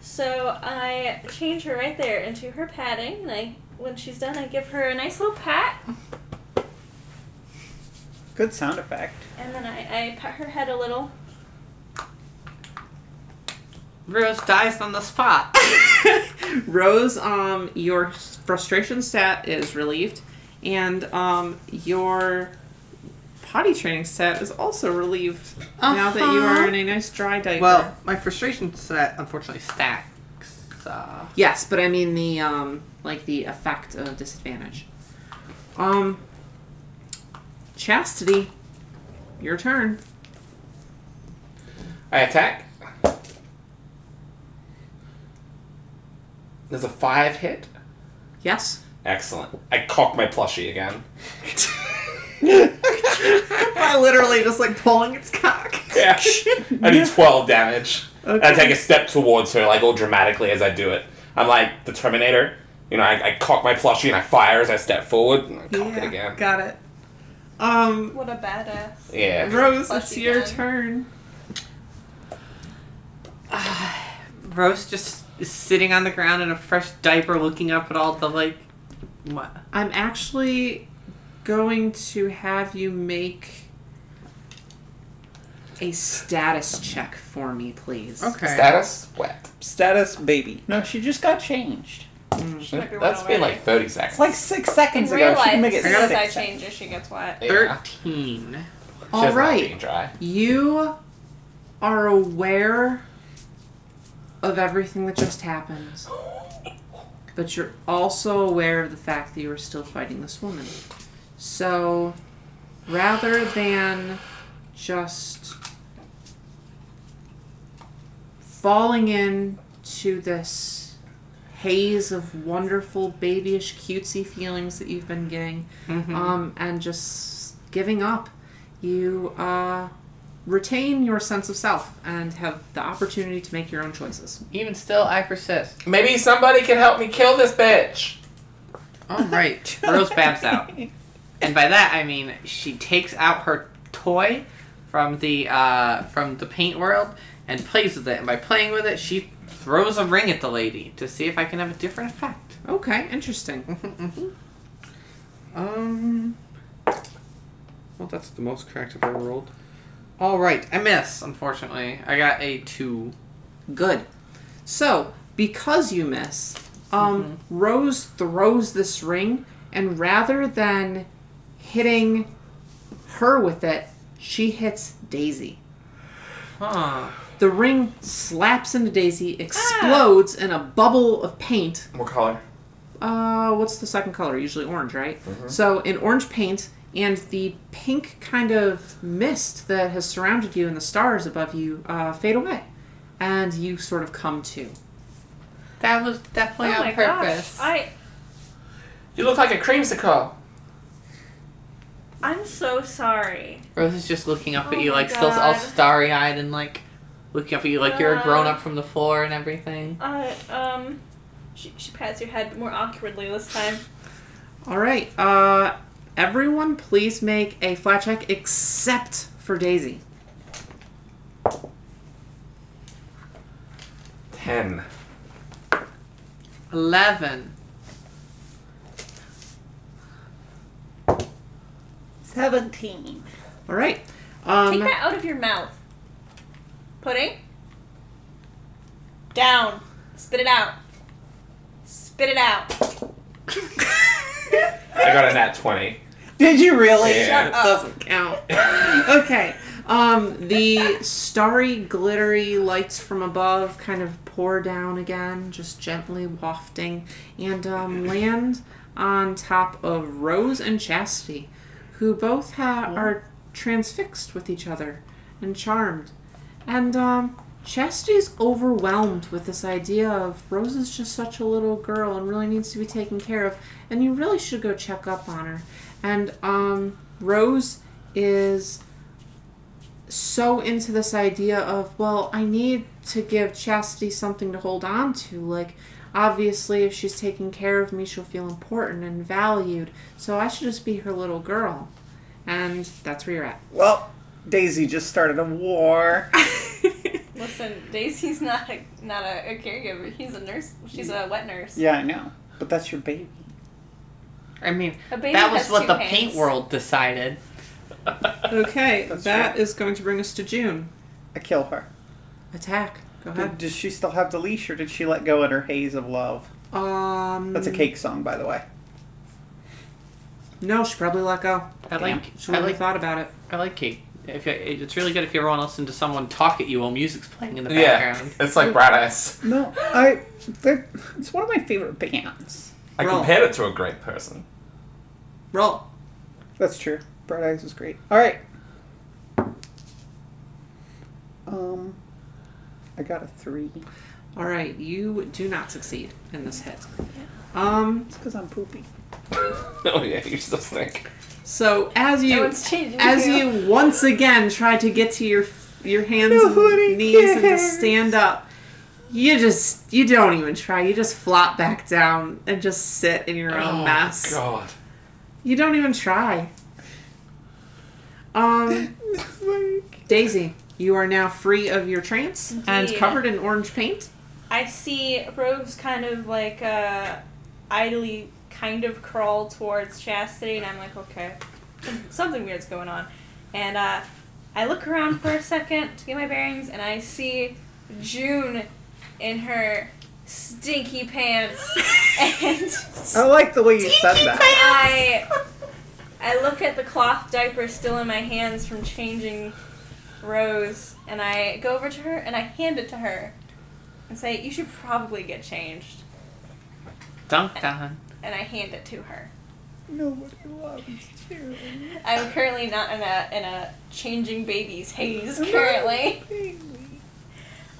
So I change her right there into her padding and I when she's done I give her a nice little pat
Good sound effect.
and then I, I pat her head a little.
Rose dies on the spot.
Rose, um, your frustration stat is relieved, and um, your potty training stat is also relieved now that you are in a nice dry diaper.
well, my frustration set unfortunately stacks. Uh,
yes, but I mean the um, like the effect of disadvantage. Um, chastity, your turn.
I attack. There's a five hit.
Yes.
Excellent. I cock my plushie again.
By literally just like pulling its cock.
Yeah. I do 12 damage. And I
Okay.
take a step towards her, like all dramatically as I do it. I'm like the Terminator. You know, I, I cock my plushie and I fire as I step forward and I cock it
Yeah,
again.
Got it. Um,
What a badass.
Yeah.
Rose, it's
Plushie
your
gun.
turn.
Rose just is sitting on the ground in a fresh diaper looking up at all the like what?
I'm actually going to have you make a status check for me, please.
Status? Wet.
Status baby. No, she just got changed.
Mm.
be
That's
wet
been
already.
like 30 seconds.
It's like six seconds
In
ago.
real
she
life,
can
as
make it
soon as
six
I
seconds.
change it, she gets wet.
Yeah.
Thirteen.
She
All
doesn't like
right.
being dry.
You are aware of everything that just happened. But you're also aware of the fact that you are still fighting this woman. So rather than just falling into this haze of wonderful babyish cutesy feelings that you've been getting um, and just giving up you uh, retain your sense of self and have the opportunity to make your own choices
Even still I persist.
Maybe somebody can help me kill this bitch.
Alright. Rose babs out. And by that I mean she takes out her toy from the uh from the paint world and plays with it. And by playing with it, she throws a ring at the lady to see if I can have a different effect.
okay interesting
Um. Well, that's the most correct I've ever rolled. All right, I miss. Unfortunately, I got a two.
good so because you miss um, rose throws this ring and rather than hitting her with it she hits daisy
Huh.
the ring slaps into daisy explodes in a bubble of paint
What color?
uh, what's the second color? Usually orange, right? So in orange paint and the pink kind of mist that has surrounded you and the stars above you uh, fade away, and you sort of come to.
That was definitely
oh my
on purpose.
gosh. I
You look like a creamsicle.
I'm so sorry.
Rose is just looking up
Oh
at you,
my
like still all
God.
starry eyed and like looking up at you, like you're a
Uh.
grown up from the floor and everything.
Uh, um, she, she pats your head more awkwardly this time.
All right, uh, everyone, please make a flat check except for Daisy.
Ten.
Eleven.
Seventeen.
All right.
Take
Um,
that out of your mouth. Pudding. Down. Spit it out. Spit it out.
I got a nat 20.
Did you really?
Yeah.
doesn't count. okay. Um, the starry, glittery lights from above kind of pour down again, just gently wafting, and um, land on top of Rose and Chastity, who both ha- are transfixed with each other and charmed. And um, Chastity's overwhelmed with this idea of Rose is just such a little girl and really needs to be taken care of, and you really should go check up on her. And um, Rose is so into this idea of, well, I need to give Chastity something to hold on to. Like, obviously, if she's taking care of me, she'll feel important and valued. So I should just be her little girl. And that's where you're at.
Well, Daisy just started a war.
Listen, Daisy's not a not a, a caregiver. He's a nurse. She's a wet nurse.
Yeah, I know. But that's your baby.
I mean,
A baby
that was
has
what
two
the
hands.
paint world decided.
Okay, that is
that
going to bring us to June.
I kill her.
Attack. Go
Did,
ahead.
does she still have the leash, or did she let go in her haze of love?
Um,
That's a cake song, by the way.
No, she probably let go.
I like.
She
I
really
like.
thought about it.
I like cake. If you, it's really good if you ever want to listen to someone talk at you while music's playing in the
Yeah.
background.
It's like Brad Eyes.
No, I. they're- It's one of my favorite bands.
I
Roll.
compared it to a great person.
Roll.
That's true. Bright Eyes is great. All right. Um, I got a three.
All right, you do not succeed in this hit. Um,
It's because I'm poopy.
Oh yeah, you're still sick.
so as you
one's changing
as
you.
you once again try to get to your your hands
Nobody
and knees and to
cares.
stand up, you just you don't even try. You just flop back down and just sit in your own mess.
Oh God.
You don't even try. Um, Daisy, you are now free of your trance and
Indeed.
covered in orange paint.
I see Rogues kind of like uh, idly kind of crawl towards Chastity, and I'm like, okay, something weird's going on. And uh, I look around for a second to get my bearings, and I see June in her stinky pants, and
I like the way you said that.
I I look at the cloth diaper still in my hands from changing Rose, and I go over to her and I hand it to her and say, "You should probably get changed."
Dunk dun.
And I hand it to her.
Nobody loves you.
I'm currently not in a in a changing babies haze currently.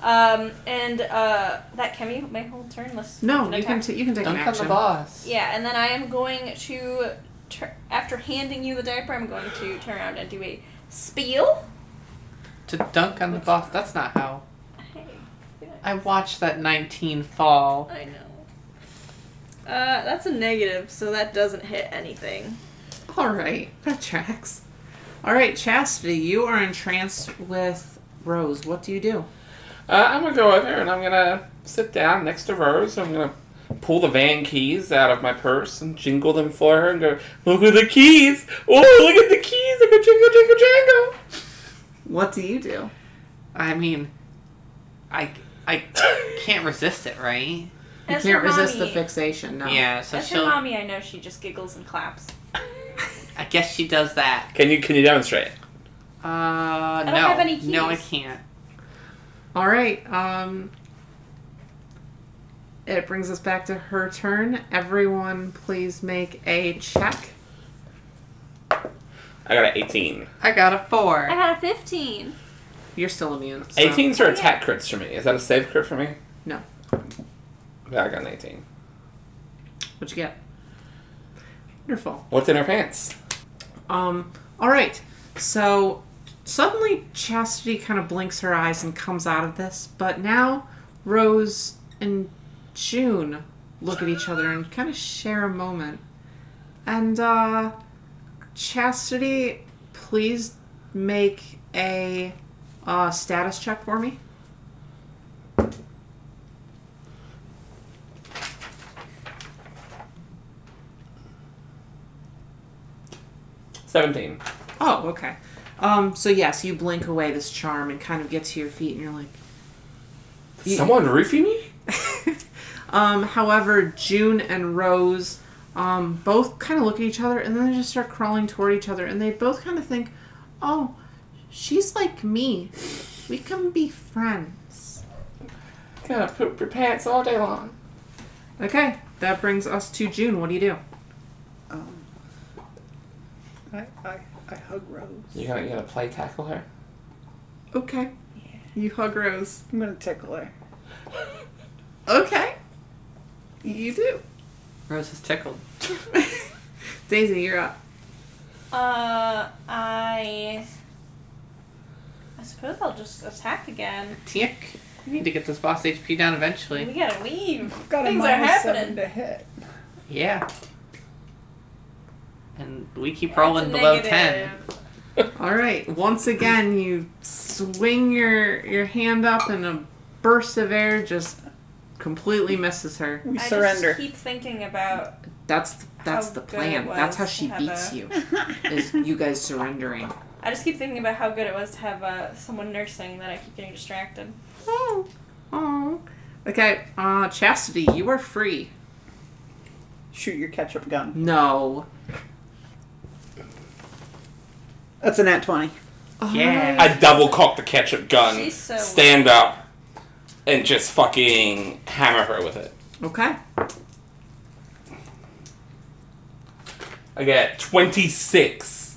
Um, and uh, that can be my whole turn. Unless
No,
an
you can
attack.
t- you can take an
Dunk on
action.
the boss.
Yeah, and then I am going to, tur- after handing you the diaper, I'm going to turn around and do a spiel.
To dunk on the boss. That's not how. I watched that 19 fall.
I know. Uh, that's a negative, so that doesn't hit anything.
All right, that tracks. All right, Chastity, you are entranced with Rose. What do you do?
Uh, I'm gonna go over and I'm gonna sit down next to Rose. I'm gonna pull the van keys out of my purse and jingle them for her and go, "Look at the keys! Oh, look at the keys! I go jingle, jingle, jingle!"
What do you do?
I mean, I, I can't resist it, right? Um,
You
As
can't
her
resist the
mommy-
fixation. No.
Yeah, so
As her
she'll.
mommy, I know she just giggles and claps.
I guess she does that.
Can you can you demonstrate?
Uh,
don't
no.
have any
No, I
keys.
can't.
All right. Um. It brings us back to her turn. Everyone, please make a check.
I got an 18.
I got a four.
I had a 15.
You're still immune. so-
18s are attack crits for me. Is that a save crit for me?
No.
Yeah, I got an 18.
What'd you get? Wonderful.
What's in her pants?
Um, all right. So suddenly Chastity kind of blinks her eyes and comes out of this, but now Rose and June look at each other and kind of share a moment. And uh Chastity, please make a uh, status check for me.
Seventeen.
Oh, okay. Um, so yes, you blink away this charm and kind of get to your feet, and you're like, You-
Someone roofing me?
Um, however, June and Rose um, both kind of look at each other and then they just start crawling toward each other. And they both kind of think, oh, she's like me. We can be friends.
Gonna poop your pants all day long.
Okay, that brings us to June. What do you do?
Um, I, I, I hug Rose.
You gonna you gonna play tackle her?
Okay. You hug Rose.
I'm gonna tickle her.
Okay. You do.
Rose is tickled.
Daisy, you're up.
Uh, I. I suppose I'll just attack again.
Tick. We need to get this boss HP down
We
eventually.
gotta leave.
I've got a
Things are
minus
happening.
seven to hit.
Yeah. And we keep
It's
rolling
a
below
negative.
10.
All right. Once again, you swing your your hand up, and a burst of air just completely misses her.
We
I
surrender.
just keep thinking about.
That's that's
How
the
good
plan.
it was
That's how
to
she
have
beats
a-
you. Is you guys surrendering?
I just keep thinking about how good it was to have uh, someone nursing that I keep getting distracted.
Oh, oh. Okay, uh, Chastity, you are free.
Shoot your ketchup gun.
No.
That's an at 20.
Yeah.
I double cock the ketchup gun.
She's so-
stand up and just fucking hammer her with it.
Okay.
I get twenty six.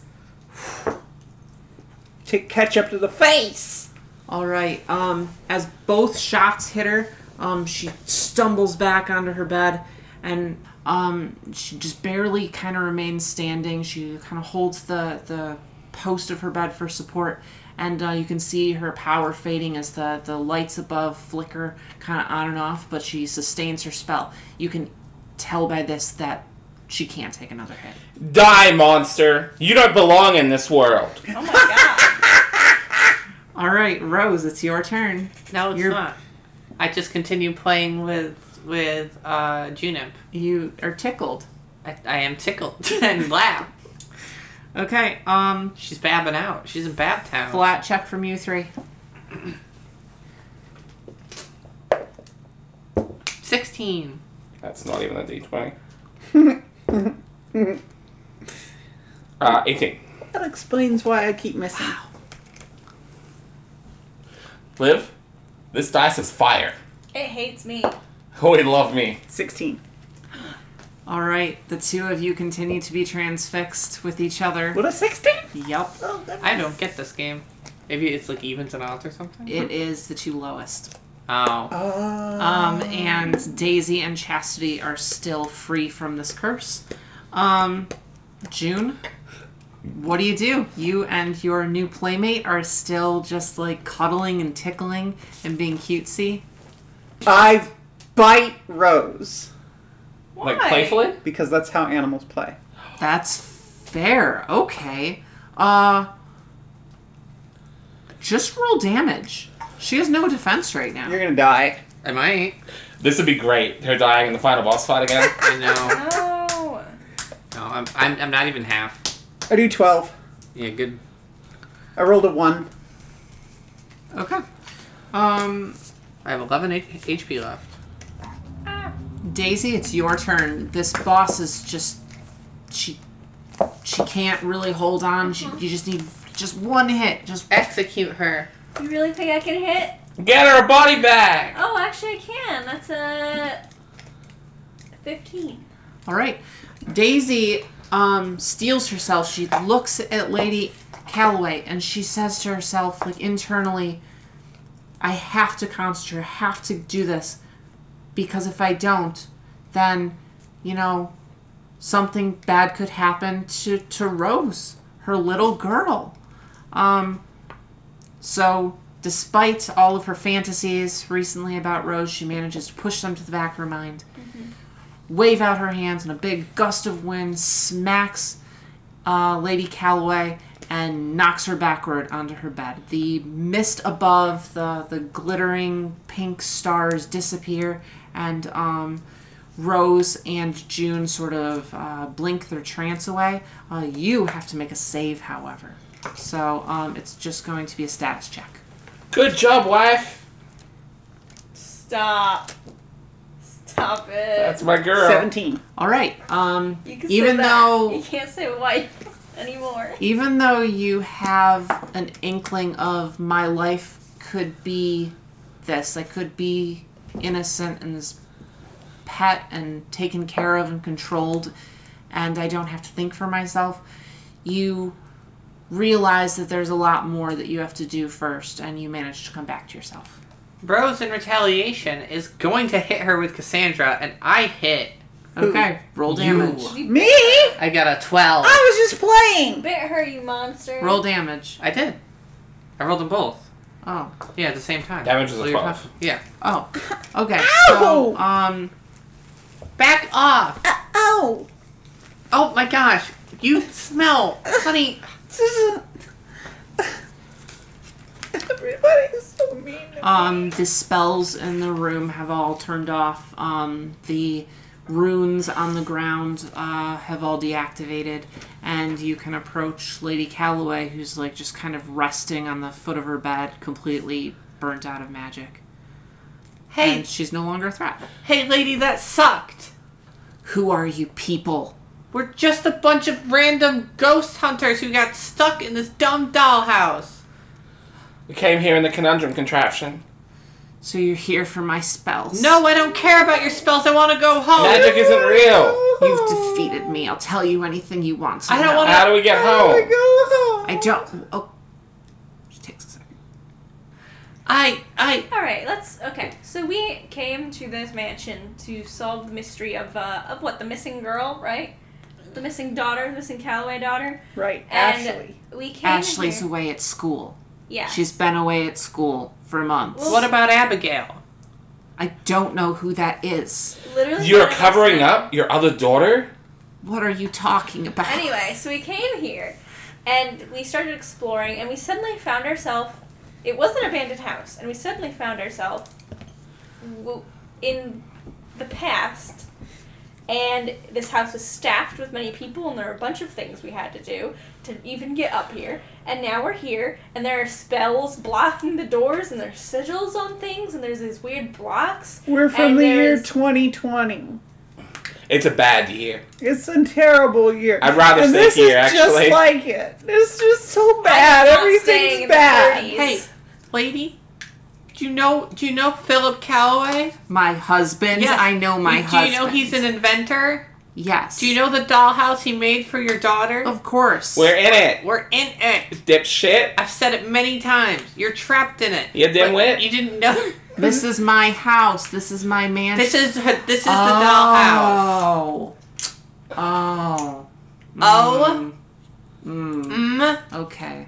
Take ketchup to the face!
All right. Um, as both shots hit her, um, she stumbles back onto her bed, and um, she just barely kind of remains standing. She kind of holds the the post of her bed for support, and uh, you can see her power fading as the the lights above flicker kind of on and off. But she sustains her spell. You can tell by this that she can't take another hit.
Die, monster! You don't belong in this world.
Oh my
All right, Rose, it's your turn.
No, it's
You're-
not. I just continue playing with with uh, Junip.
You are tickled.
I, I am tickled and laugh.
Okay. Um.
She's babbing out. She's in Bab Town.
Flat check from you three.
Sixteen.
That's not even a d20. uh, 18.
That explains why I keep missing.
Liv, this dice is fire.
god. It hates me.
Oh, it love me.
16.
All right. The two of you continue to be transfixed with each other.
What a 16?
Yep.
Oh, that
I don't get this game. Maybe it's like evens and odds or something.
It is the two lowest.
Oh,
Oh.
Uh.
Um. And Daisy and Chastity are still free from this curse. Um. June. What do you do? You and your new playmate are still just like cuddling and tickling and being cutesy.
I bite Rose
Like playfully?
because that's how animals play.
That's fair. Okay. Uh just roll damage. She has no defense right now.
You're gonna die.
I might.
This would be great. Her dying in the final boss fight again.
I know.
No.
No, I'm, I'm I'm not even half.
I do 12.
Yeah, good.
I rolled a 1.
Okay. Um
I have 11 H- HP left.
Daisy, it's your turn. This boss is just she she can't really hold on. She, you just need just one hit. Just
Execute her.
You really think I can hit?
Get her body back!
Oh, actually, I can. That's a fifteen.
All right. Daisy um, steals herself. She looks at Lady Calloway and she says to herself, like internally, I have to concentrate. I have to do this because if I don't, then, you know, something bad could happen to, to Rose, her little girl. Um, so, despite all of her fantasies recently about Rose, she manages to push them to the back of her mind wave out her hands, and a big gust of wind smacks uh, Lady Calloway and knocks her backward onto her bed. The mist above, the, the glittering pink stars disappear, and um, Rose and June sort of uh, blink their trance away. Uh, you have to make a save, however. So um, it's just going to be a status check.
Good job, wife!
Stop. Stop it.
That's my girl.
17.
All right. Um,
you can
even
say that.
though
you can't say wife anymore.
even though you have an inkling of my life could be this, I could be innocent and this pet and taken care of and controlled, and I don't have to think for myself, you realize that there's a lot more that you have to do first, and you manage to come back to yourself.
Rose in retaliation is going to hit her with Cassandra, and I hit.
Okay, roll damage.
You
Me? I
I got a 12.
was just playing.
bit her, you monster.
Roll damage.
I did. I rolled them both.
Oh,
Yeah, at the same time.
Damage is a
So you're
12.
tough. Yeah.
oh, okay.
Ow!
So, um,
Back off!
Oh.
Oh my gosh, you smell. Honey,
This is Everybody is so mean. to
Um, the spells in the room have all turned off. Um, the runes on the ground uh, have all deactivated, and you can approach Lady Calloway, who's like just kind of resting on the foot of her bed, completely burnt out of magic.
Hey.
and she's no longer a threat.
hey lady, that sucked.
Who are you people?
We're just a bunch of random ghost hunters who got stuck in this dumb dollhouse.
We came here in the conundrum contraption.
So you're here for my spells?
No, I don't care about your spells. I want to go home.
Magic isn't real!
you've defeated me. I'll tell you anything you want. To
I don't
know.
wanna-
How do we get home?
Go home.
I don't. Oh, she takes a second.
I, I.
All right, let's. Okay, so we came to this mansion to solve the mystery of uh, of what the missing girl, right? The missing daughter, missing Calloway daughter.
Right,
And-
Ashley.
We came
Ashley's
here.
away at school.
yeah.
She's been away at school for months.
Well-
What?
What about Abigail?
I don't know who that is.
literally.
You're
none of us
covering
know.
up your other daughter?
What are you talking about?
Anyway, so we came here, and we started exploring, and we suddenly found ourselves. It was an abandoned house, and we suddenly found ourselves w- in the past. And this house was staffed with many people, and there were a bunch of things we had to do to even get up here. And now we're here, and there are spells blocking the doors, and there's sigils on things, and there's these weird blocks.
We're from
And
the year
there's-
2020.
It's a bad year.
It's a terrible year.
I'd rather
and
stay
this
here,
is
actually.
just like it. It's just so bad.
I'm not staying
Everything's
in the
bad.
30s.
Hey, lady, do you know do you know Philip Calloway?
my husband.
Yes.
I know Oh, my
do
husband.
you know he's an inventor?
Yes.
Do you know the dollhouse he made for your daughter?
Of course.
We're in it,
We're in it.
dipshit.
I've said it many times. You're trapped in it.
You dimwit.
But You didn't know.
This is my house. This is my mansion.
This is her, this is the dollhouse.
Oh. Oh.
Oh.
Mm. Mm.
Mm.
Okay.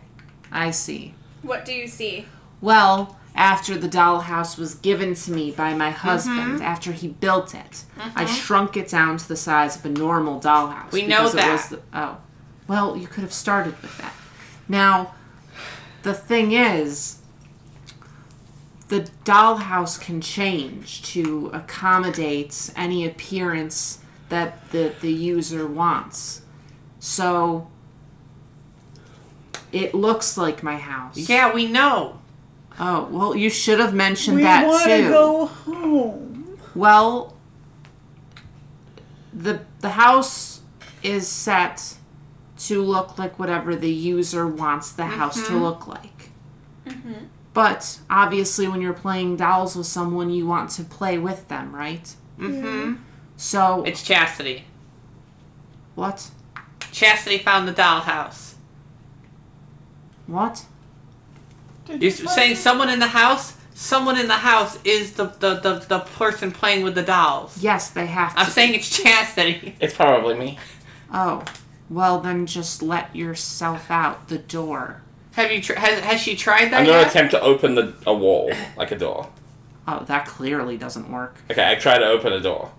I see.
What do you see?
Well, after the dollhouse was given to me by my
Mm-hmm.
husband, after he built it, I shrunk it down to the size of a normal dollhouse.
We know
because it
that.
was the- oh, well, you could have started with that. Now, the thing is, the dollhouse can change to accommodate any appearance that the, the user wants. So, it looks like my house.
Yeah, we know.
Oh, well, you should have mentioned
We
that
want
too.
to go home.
Well, the the house is set to look like whatever the user wants the house
Mm-hmm.
to look like. But obviously, when you're playing dolls with someone, you want to play with them, right?
Mm-hmm.
So
It's Chastity.
what?
Chastity found the dollhouse.
What?
You're saying someone in the house. Someone in the house is the the, the, the person playing with the dolls.
Yes, they have to.
I'm saying it's Chastity.
It's probably me.
oh, well then, just let yourself out the door.
Have you tr- has, has she tried that
I'm gonna
yet?
attempt to open the a wall like a door.
Oh, that clearly doesn't work.
Okay, I try to open a door.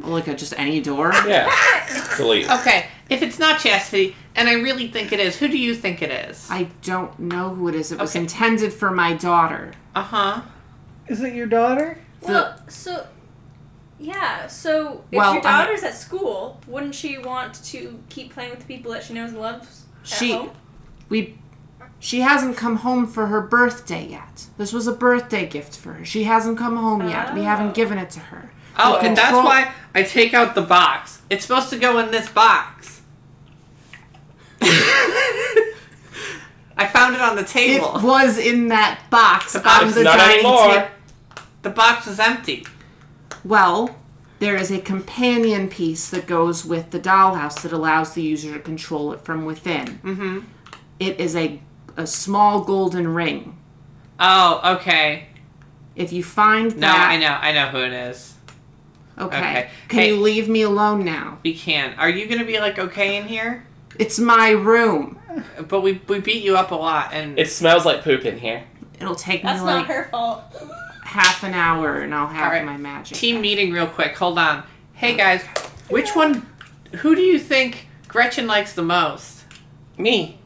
Like a, just any door.
Yeah, delete.
okay, if it's not Chastity, and I really think it is, who do you think it is?
I don't know who it is. It was
Okay.
intended for my daughter.
Uh huh.
Is it your daughter?
Well, so yeah, so if
Well,
your
I-
daughter's at school, wouldn't she want to keep playing with the people that she knows and loves at
She-
home?
We she hasn't come home for her birthday yet. This was a birthday gift for her. She hasn't come home yet. We
Oh.
haven't given it to her.
Oh, and that's
control-
why I take out the box. It's supposed to go in this box. I found it on the
It
table.
was in that box
box
on
is
the
not
dining
anymore.
table.
the box was empty.
Well, there is a companion piece that goes with the dollhouse that allows the user to control it from within. Mm-hmm. is a a small golden ring.
Oh, okay.
If you find
No,
that,
I know. I know who it is.
Okay.
Okay.
Can
Hey.
you leave me alone now?
We can. Are you gonna be like okay in here?
It's my room.
But we we beat you up a lot, and
It smells like poop in here.
It'll take
That's
me
not
like
her fault.
half an hour and I'll have
Alright.
my magic.
team meeting real quick. Hold on. Hey guys, which one? Who do you think Gretchen likes the most?
Me.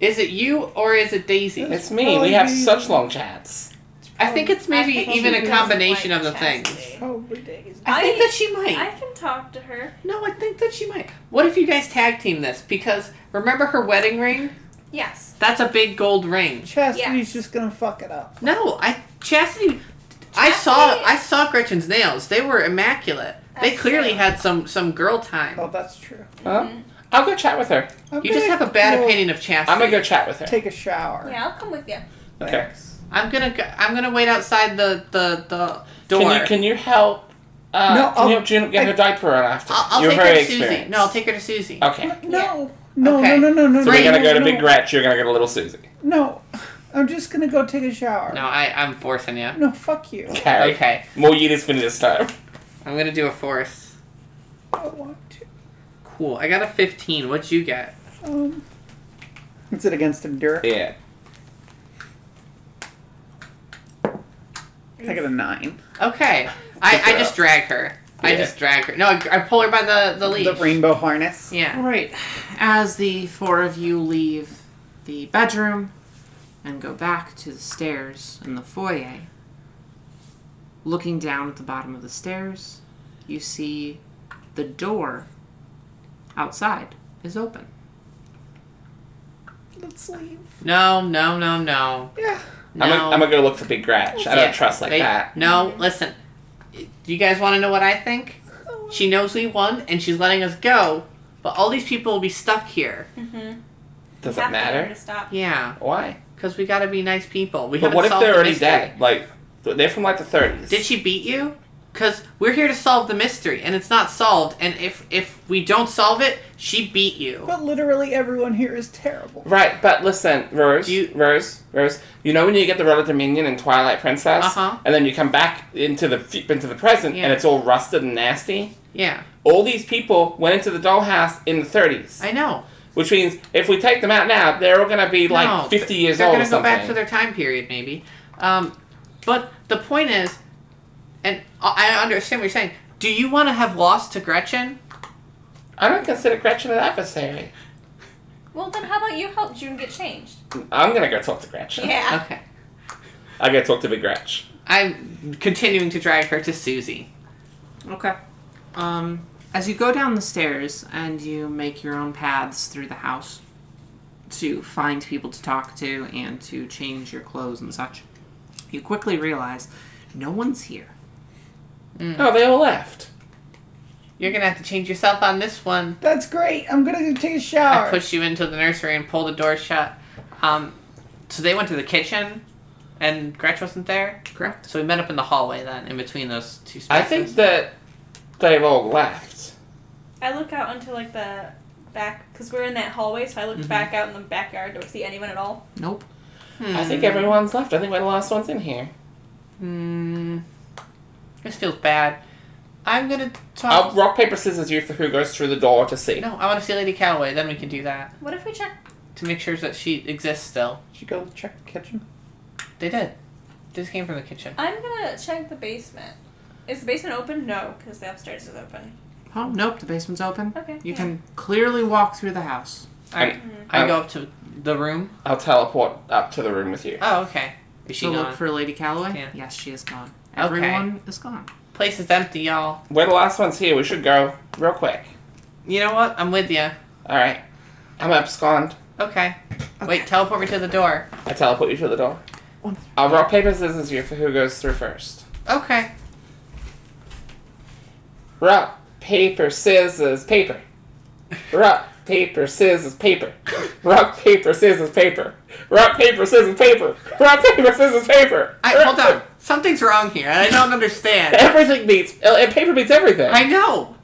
Is it you or is it Daisy?
It's me. We have such long chats.
I think it's maybe
I think
even
she
a
doesn't
combination
like
of the
Chastity.
things.
Probably days.
I, think
I-
that she might.
I can talk to her.
no, I think that she might. What if you guys tag team this? Because remember her wedding ring?
Yes.
That's a big gold ring.
Chastity's just gonna fuck it up.
No, I Chastity. I saw
Chastity-
I saw Gretchen's nails. They were immaculate. they
That's
clearly
true.
had some some girl time.
Oh, that's true.
Huh? I'll go chat with her.
I'm
You just
gonna
have a bad
go
opinion of Chastity.
I'm gonna go chat with her.
Take a shower.
Yeah, I'll come with you.
Okay.
I'm gonna go, I'm gonna wait outside the the the door.
Can you can you help? Uh,
No,
can
I'll-
you help June get
I-
her diaper on after?
I'll, I'll
You're
take
very
her to
experienced.
Susie. No, I'll take her to Susie.
Okay.
No, no,
Okay.
no, no, no, no.
So we're
no,
gonna
no,
go to
no.
Big Gretch. You're gonna go to Little Susie.
No, I'm just gonna go take a shower.
No, I, I'm forcing you.
No, fuck you.
Carry.
Okay.
More yeeters for this time.
I'm gonna do a force.
I don't want to.
Cool. I got a 15. What'd you get?
Um, is it against endure?
Yeah.
I got a nine.
Okay. I, I just drag her. I
Yeah.
just drag her. No, I, I pull her by the, the leash.
The rainbow harness.
Yeah.
All right. As the four of you leave the bedroom and go back to the stairs and the foyer, looking down at the bottom of the stairs, you see the door outside is open.
Let's leave.
No, no, no, no.
Yeah.
No.
I'm, gonna, I'm gonna go look for Big Gratch. I don't
Yeah,
trust like
they-
that.
No, listen. Do you guys want to know what I think? She knows we won and she's letting us go, but all these people will be stuck here.
Mm-hmm.
Does it matter?
Stop.
Yeah,
Why?
because we gotta be nice people. We
But
haven't
what if
solved
they're
the
already
mystery.
dead? Like, they're from like the 30s.
Did she beat you? Because we're here to solve the mystery, and it's not solved. And if if we don't solve it, she beat you.
But literally everyone here is terrible.
Right, but listen, Rose,
You-
Rose, Rose. You know when you get the Red Dominion and Twilight Princess,
Uh-huh.
and then you come back into the fu- into the present,
Yeah.
and it's all rusted and nasty.
yeah,
All these people went into the dollhouse in the 30s,
I know.
which means if we take them out now, they're all gonna be
No,
like 50 years
they're
old
gonna
or
go
something.
back to their time period, maybe. Um, but the point is, and I I understand what you're saying. Do you want to have lost to Gretchen?
I don't consider Gretchen an adversary.
Well, then how about you help June get changed?
I'm gonna go talk to Gretchen.
Yeah.
Okay,
I go talk to Big Gretch.
I'm continuing to drag her to Susie.
Okay. Um, as you go down the stairs and you make your own paths through the house to find people to talk to and to change your clothes and such, you quickly realize no one's here.
Oh, they all left.
You're gonna have to change yourself on this one.
That's great. I'm gonna go take a shower.
I push you into the nursery and pull the door shut. Um, so they went to the kitchen, and Gretch wasn't there.
Correct.
So we met up in the hallway then, in between those two spaces.
I think that they've all left.
I look out onto like the back because we're in that hallway, so I looked back out in the backyard. Do I see anyone at all?
Nope.
I think everyone's left. I think we're the last ones in here.
Hmm. This feels bad. I'm gonna
I'll
talk.
rock, paper, scissors you for who goes through the door to see.
Oh. no, I want to see Lady Calloway. Then we can do that
What if we check?
to make sure that she exists still.
Did you go check the kitchen?
They did. This came from the kitchen.
I'm gonna check the basement. Is the basement open? No, because the upstairs is open.
Oh, nope. The basement's open.
Okay.
You
yeah.
can clearly walk through the house.
All right. I go up to the room.
I'll teleport up to the room with you.
Oh, okay. Is she
So
gone?
look for Lady Calloway.
Yeah.
Yes, she is gone.
Okay.
Everyone is gone.
Place is empty, y'all.
We're the last ones here. We should go real quick.
You know what? I'm with you.
All right. I'm abscond.
Okay. Wait, teleport me to the door.
I teleport you to the door. I'll rock, paper, scissors you for who goes through first.
Okay.
Rock, paper, scissors, paper. Rock, paper, scissors, paper. Rock, paper, scissors, paper. Rock, paper, scissors, paper. Rock, paper, scissors, paper.
I, hold on. Something's wrong here. I don't understand.
Everything beats. uh, Paper beats everything.
I know.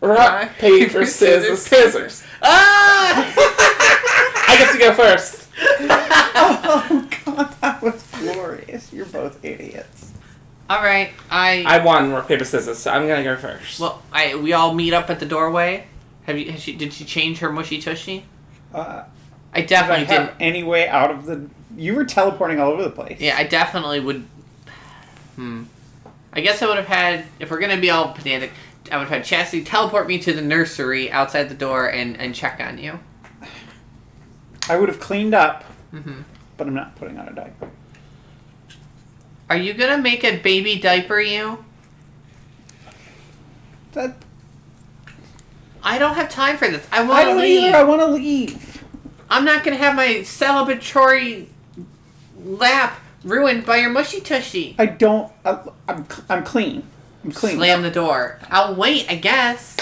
Rock, paper, scissors, scissors.
Ah!
I get to go first.
oh god, that was glorious. You're both idiots.
All right. I,
I won rock paper scissors, so I'm gonna go first.
well, I we all meet up at the doorway. Have you? Has she, did she change her mushy tushy? I
Uh, if I
definitely
have
did.
any way out of the. You were teleporting all over the place.
Yeah, I definitely would. Hmm. I guess I would have had. If we're gonna be all pedantic, I would have had Chastity teleport me to the nursery outside the door and and check on you.
I would have cleaned up,
Mm-hmm.
but I'm not putting on a diaper.
Are you gonna make a baby diaper you?
That
I don't have time for this. I
I
want to
don't
leave.
either. I want to leave.
I'm not gonna have my celebratory lap ruined by your mushy tushy.
I don't. I, I'm cl- I'm clean. I'm clean.
Slam the door. I'll wait, I guess.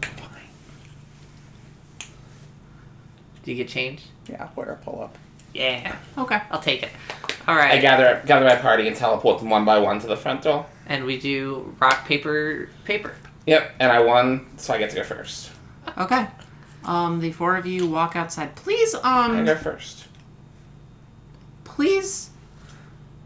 Fine.
Do you get changed?
Yeah, wear a pull up.
Yeah,
Okay.
I'll take it. All right,
I gather gather my party and teleport them one by one to the front door.
and we do rock paper paper.
Yep, and I won, so I get to go first.
Okay.
Um, the four of you walk outside. Please, um,
I go first.
please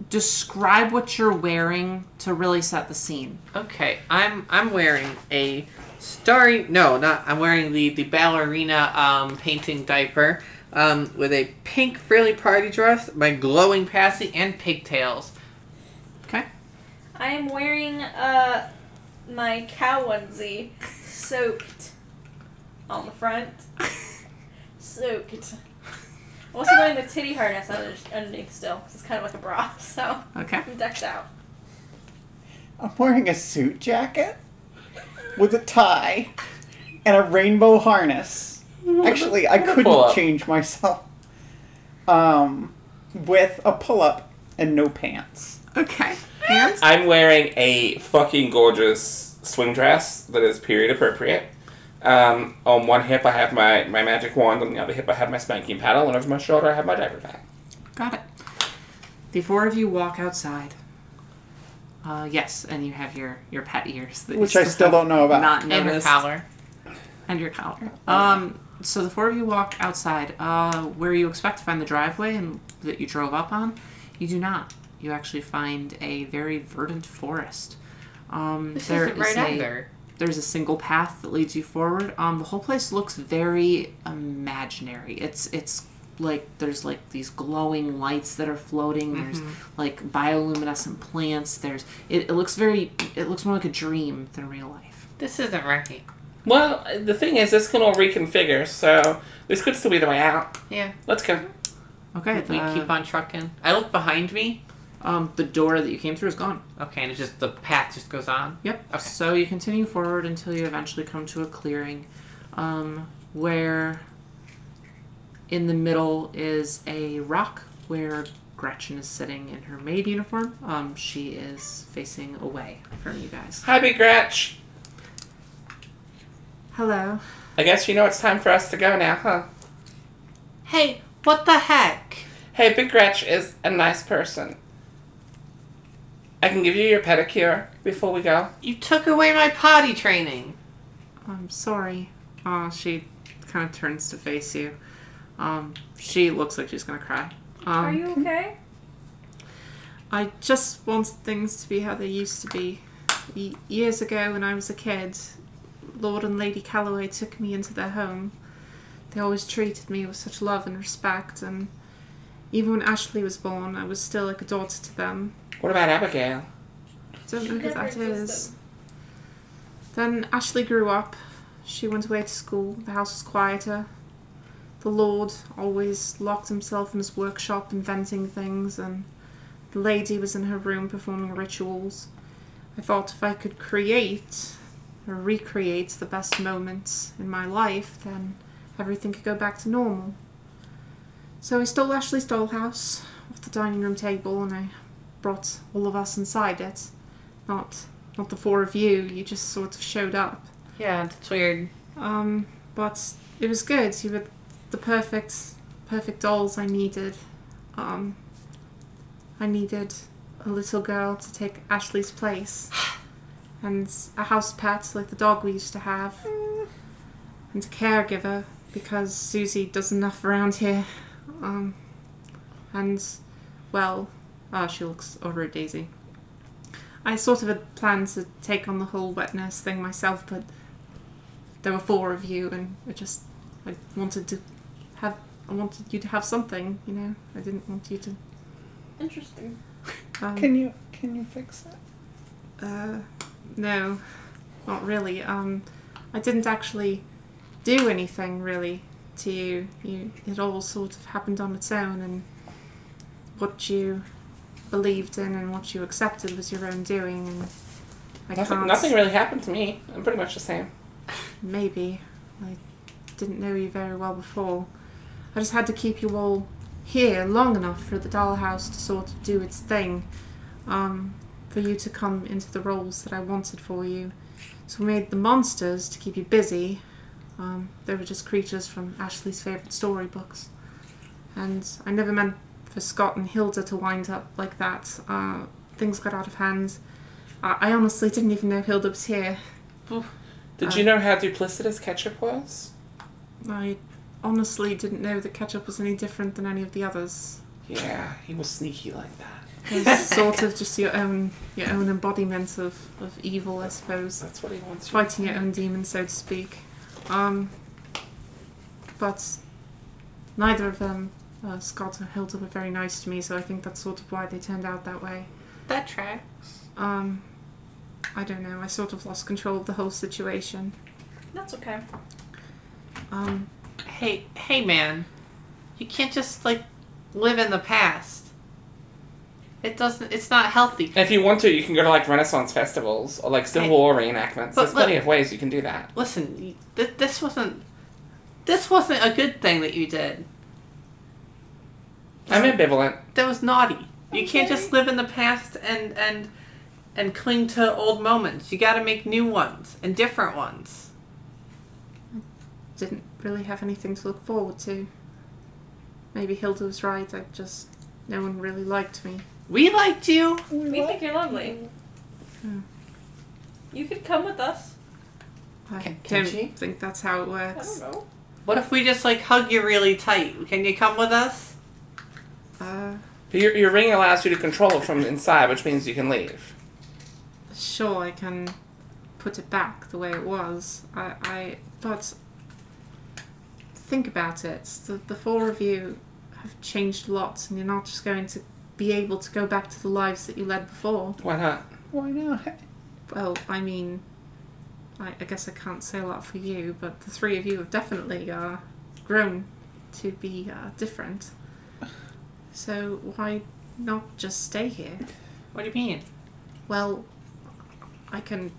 describe what you're wearing to really set the scene.
Okay, I'm I'm wearing a starry no, not I'm wearing the the ballerina um painting diaper um with a pink frilly party dress, my glowing passy, and pigtails.
I am wearing uh my cow onesie, soaked on the front, soaked. I'm also wearing the titty harness under- underneath still, 'cause it's kind of like a bra, so
Okay.
I'm decked out.
I'm wearing a suit jacket with a tie and a rainbow harness. Actually, I couldn't
pull-up.
change myself. Um, with a pull up and no pants.
Okay. And
I'm wearing a fucking gorgeous swing dress that is period appropriate. Um, on one hip I have my, my magic wand, on the other hip I have my spanking paddle, and over my shoulder I have my diaper bag.
got it. The four of you walk outside. Uh, yes, and you have your your pet ears, that you
Which I still
have
don't know about.
Not
And her
noticed.
collar.
and your collar. Um, so the four of you walk outside, uh, where you expect to find the driveway and that you drove up on. You do not. You actually find a very verdant forest. Um,
This
there
isn't right
is a-
either.
There's a single path that leads you forward. Um, the whole place looks very imaginary. It's it's like there's like these glowing lights that are floating. There's like bioluminescent plants. There's it, it looks very it looks more like a dream than real life.
This isn't right.
Well, the thing is, this can all reconfigure, so this could still be the way out.
Yeah.
Let's go.
Okay,
We
the-
keep on trucking. I look behind me.
Uh, Um, the door that you came through is gone.
Okay, and it's just the path just goes on.
Yep.
Okay.
So you continue forward until you eventually come to a clearing, um, where in the middle is a rock where Gretchen is sitting in her maid uniform. Um, she is facing away from you guys.
Hi, Big Gretch.
Hello.
I guess you know it's time for us to go now, huh?
Hey, what the heck?
Hey, Big Gretch is a nice person. I can give you your pedicure before we go.
You took away my potty training.
I'm sorry. Uh, she kind of turns to face you. Um, she looks like she's gonna cry. Um,
Are you okay?
I just want things to be how they used to be. Y- years ago, when I was a kid, Lord and Lady Calloway took me into their home. They always treated me with such love and respect, and even when Ashley was born, I was still like a daughter to them.
What about Abigail?
I don't
She
know who
never
that is.
existed.
Then Ashley grew up. She went away to school. The house was quieter. The Lord always locked himself in his workshop inventing things, and the lady was in her room performing rituals. I thought if I could create or recreate the best moments in my life, then everything could go back to normal. So I stole Ashley's dollhouse off the dining room table and I brought all of us inside it. Not not the four of you, you just sort of showed up.
Yeah, that's weird.
Um, but it was good. You were the perfect, perfect dolls I needed. Um, I needed a little girl to take Ashley's place, and a house pet like the dog we used to have, and a caregiver because Susie does enough around here. Um, and well, ah, she looks over at Daisy. I sort of had planned to take on the whole wet nurse thing myself, but there were four of you and I just I wanted to have I wanted you to have something, you know. I didn't want you to
Interesting.
um,
Can you can you fix that?
uh no. Not really. Um I didn't actually do anything really to you. You it all sort of happened on its own and what you believed in and what you accepted was your own doing and I
Nothing,
can't
nothing really happened to me. I'm pretty much the same.
Maybe. I didn't know you very well before. I just had to keep you all here long enough for the dollhouse to sort of do its thing, um, for you to come into the roles that I wanted for you. So we made the monsters to keep you busy. Um, they were just creatures from Ashley's favourite storybooks. And I never meant for Scott and Hilda to wind up like that. Uh, things got out of hand. I, I honestly didn't even know Hilda was here. Uh,
Did you know how duplicitous ketchup was?
I honestly didn't know that ketchup was any different than any of the others.
Yeah, he was sneaky like that.
It's sort of just your own your own embodiment of, of evil, I suppose.
That's what he wants. you-
Fighting your own demon, so to speak. Um, but neither of them, uh, Scott and Hilda, were very nice to me, so I think that's sort of why they turned out that way.
That track.
Um, I don't know. I sort of lost control of the whole situation.
That's okay.
Um,
Hey, hey, man. You can't just like live in the past. It doesn't. It's not healthy.
If you want to, you can go to like Renaissance festivals or like Civil
Hey.
War reenactments. There's
look-
plenty of ways you can do that.
Listen, you- th- this wasn't. This wasn't a good thing that you did.
I'm ambivalent.
That was naughty. You can't just live in the past and and and cling to old moments. You got to make new ones and different ones.
didn't really have anything to look forward to. Maybe Hilda was right. I just no one really liked me.
We liked you.
We think you're lovely.
Hmm.
You could come with us.
I
Can- can
don't
she?
think that's how it
I don't
works.
know.
What if we just like hug you really tight? Can you come with us?
Uh,
But your, your ring allows you to control it from inside, which means you can leave.
sure, I can put it back the way it was. I, I but think about it. The, the four of you have changed lots, and you're not just going to be able to go back to the lives that you led before.
Why not?
Why not?
Well, I mean, I, I guess I can't say a lot for you, but the three of you have definitely uh, grown to be uh, different. So why not just stay here?
What do you mean?
Well, I can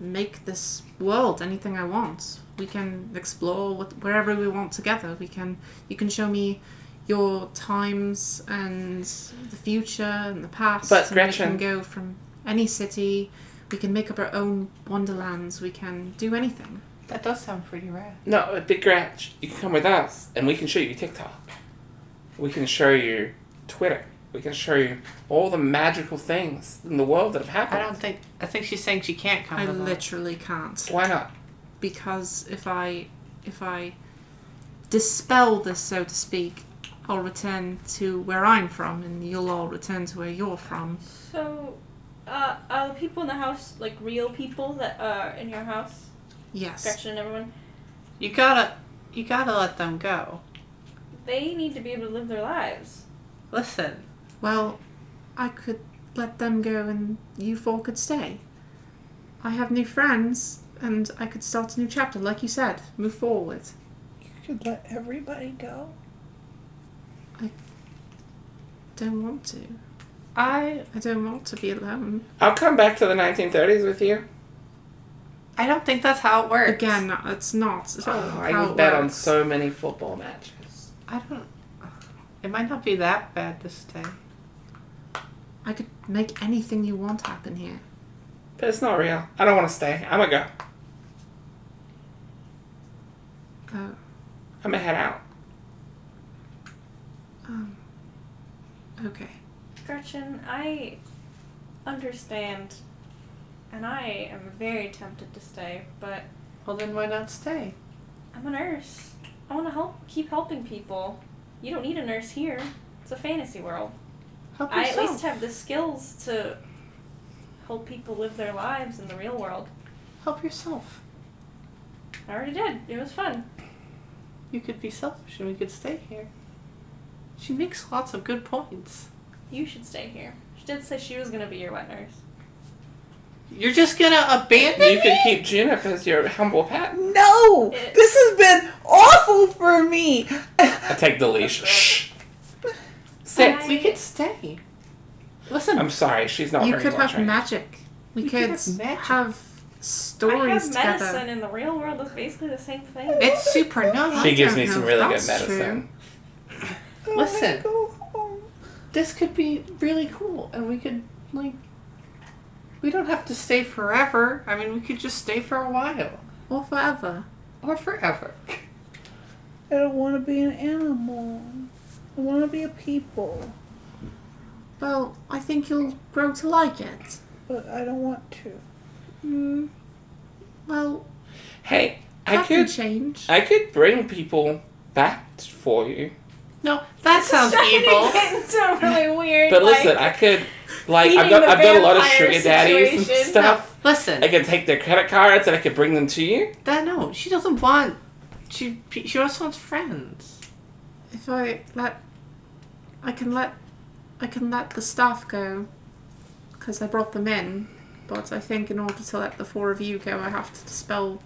make this world anything I want. We can explore what, wherever we want together. We can. You can show me your times and the future and the past.
But
and
Gretchen-
we can go from any city. We can make up our own wonderlands. We can do anything.
That does sound pretty rad.
No, but Big Gratch, you can come with us, and we can show you TikTok. We can show you Twitter. We can show you all the magical things in the world that have
I
happened.
don't think. I think she's saying she can't come.
I
with us.
literally can't
Why not?
because if I if I dispel this, so to speak, I'll return to where I'm from, and you'll all return to where you're from.
So, uh, are the people in the house like real people that are in your house?
Yes.
Gretchen and everyone.
You gotta, you gotta let them go.
They need to be able to live their lives.
Listen,
Well, I could let them go and you four could stay. I have new friends and I could start a new chapter, like you said, move forward.
You could let everybody go.
Don't want to.
I,
I don't want to be alone.
I'll come back to the 1930s with you.
I don't think that's how it works.
Again, it's not at all
Oh, I
how
can
it
bet on
works.
so many football matches.
I don't. It might not be that bad to stay.
I could make anything you want happen here.
But it's not real. I don't want to stay. I'm going to go.
Oh,
I'm going to head out.
um, okay.
Gretchen, I understand, and I am very tempted to stay, but
Well, then why not stay?
I'm a nurse. I want to help, keep helping people. You don't need a nurse here. It's a fantasy world.
Help
I at
yourself.
least have the skills to help people live their lives in the real world.
Help yourself.
I already did. It was fun.
You could be selfish, and we could stay here. She makes lots of good points.
You should stay here. She did say she was gonna be your wet nurse.
You're just gonna abandon.
You could keep Junip as your humble pet.
No!
It-
This has been awful for me!
I take the leash. Shh.
Sit.
I-
We could stay. Listen,
I'm sorry. She's not
you
very
could
well
have
trained.
magic. We,
We could
could,
have magic.
have
I
stories
have
together.
medicine in the real world. It's basically the same thing.
it's super nice.
She
I
gives
don't
me some
know if
really good
that's
medicine.
I
Listen.
Go home.
this could be really cool and we could like we don't have to stay forever i mean we could just stay for a while
Or forever.
or forever
I don't want to be an animal. I want to be a people,
Well, I think you'll grow to like it.
but I don't want to.
Well,
Hey, I could
change.
I could bring people back t- for you.
No, that sounds evil.
It's so really weird.
But
like,
listen, I could like I've
feeding
got
the
I've got a lot of
vampire
sugar daddies and
situation.
stuff.
Listen,
I can take their credit cards and I could bring them to you.
that no, she doesn't want. She she also wants friends.
If I let, I can let, I can let the staff go, because I brought them in. But I think in order to let the four of you go, I have to dispel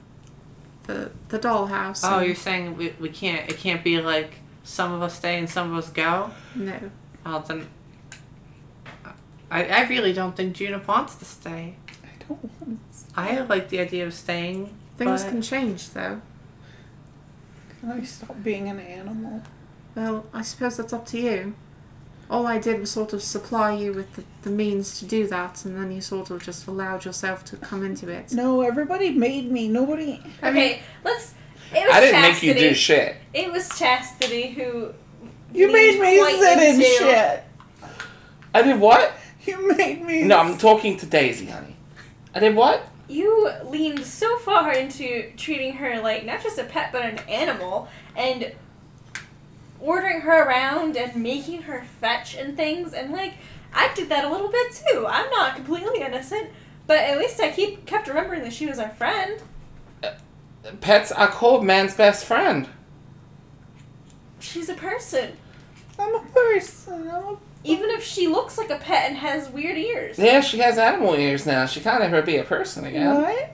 the the dollhouse.
Oh,
and-
you're saying we, we can't. It can't be like some of us stay and some of us go.
no.
Well then, I I really don't think Juna wants to stay.
I don't want
I like the idea of staying.
Things
but-
can change though.
to. Can I stop being an animal?
Well, I suppose that's up to you. All I did was sort of supply you with the, the means to do that, and then you sort of just allowed yourself to come into it.
No, everybody made me. Nobody.
okay, let's. It was
I didn't
chastity.
make you do shit.
It was chastity who.
You made
leaned
me
quite
sit in
into-
shit.
I did what?
You made me.
No, I'm talking to Daisy, honey. I did what?
You leaned so far into treating her like not just a pet but an animal and ordering her around and making her fetch and things and like I did that a little bit too. I'm not completely innocent, but at least I keep kept remembering that she was our friend.
Pets are called man's best friend.
She's a person.
I'm a person. I'm a.
Even if she looks like a pet and has weird ears.
Yeah, she has animal ears now. She can't ever be a person again.
What?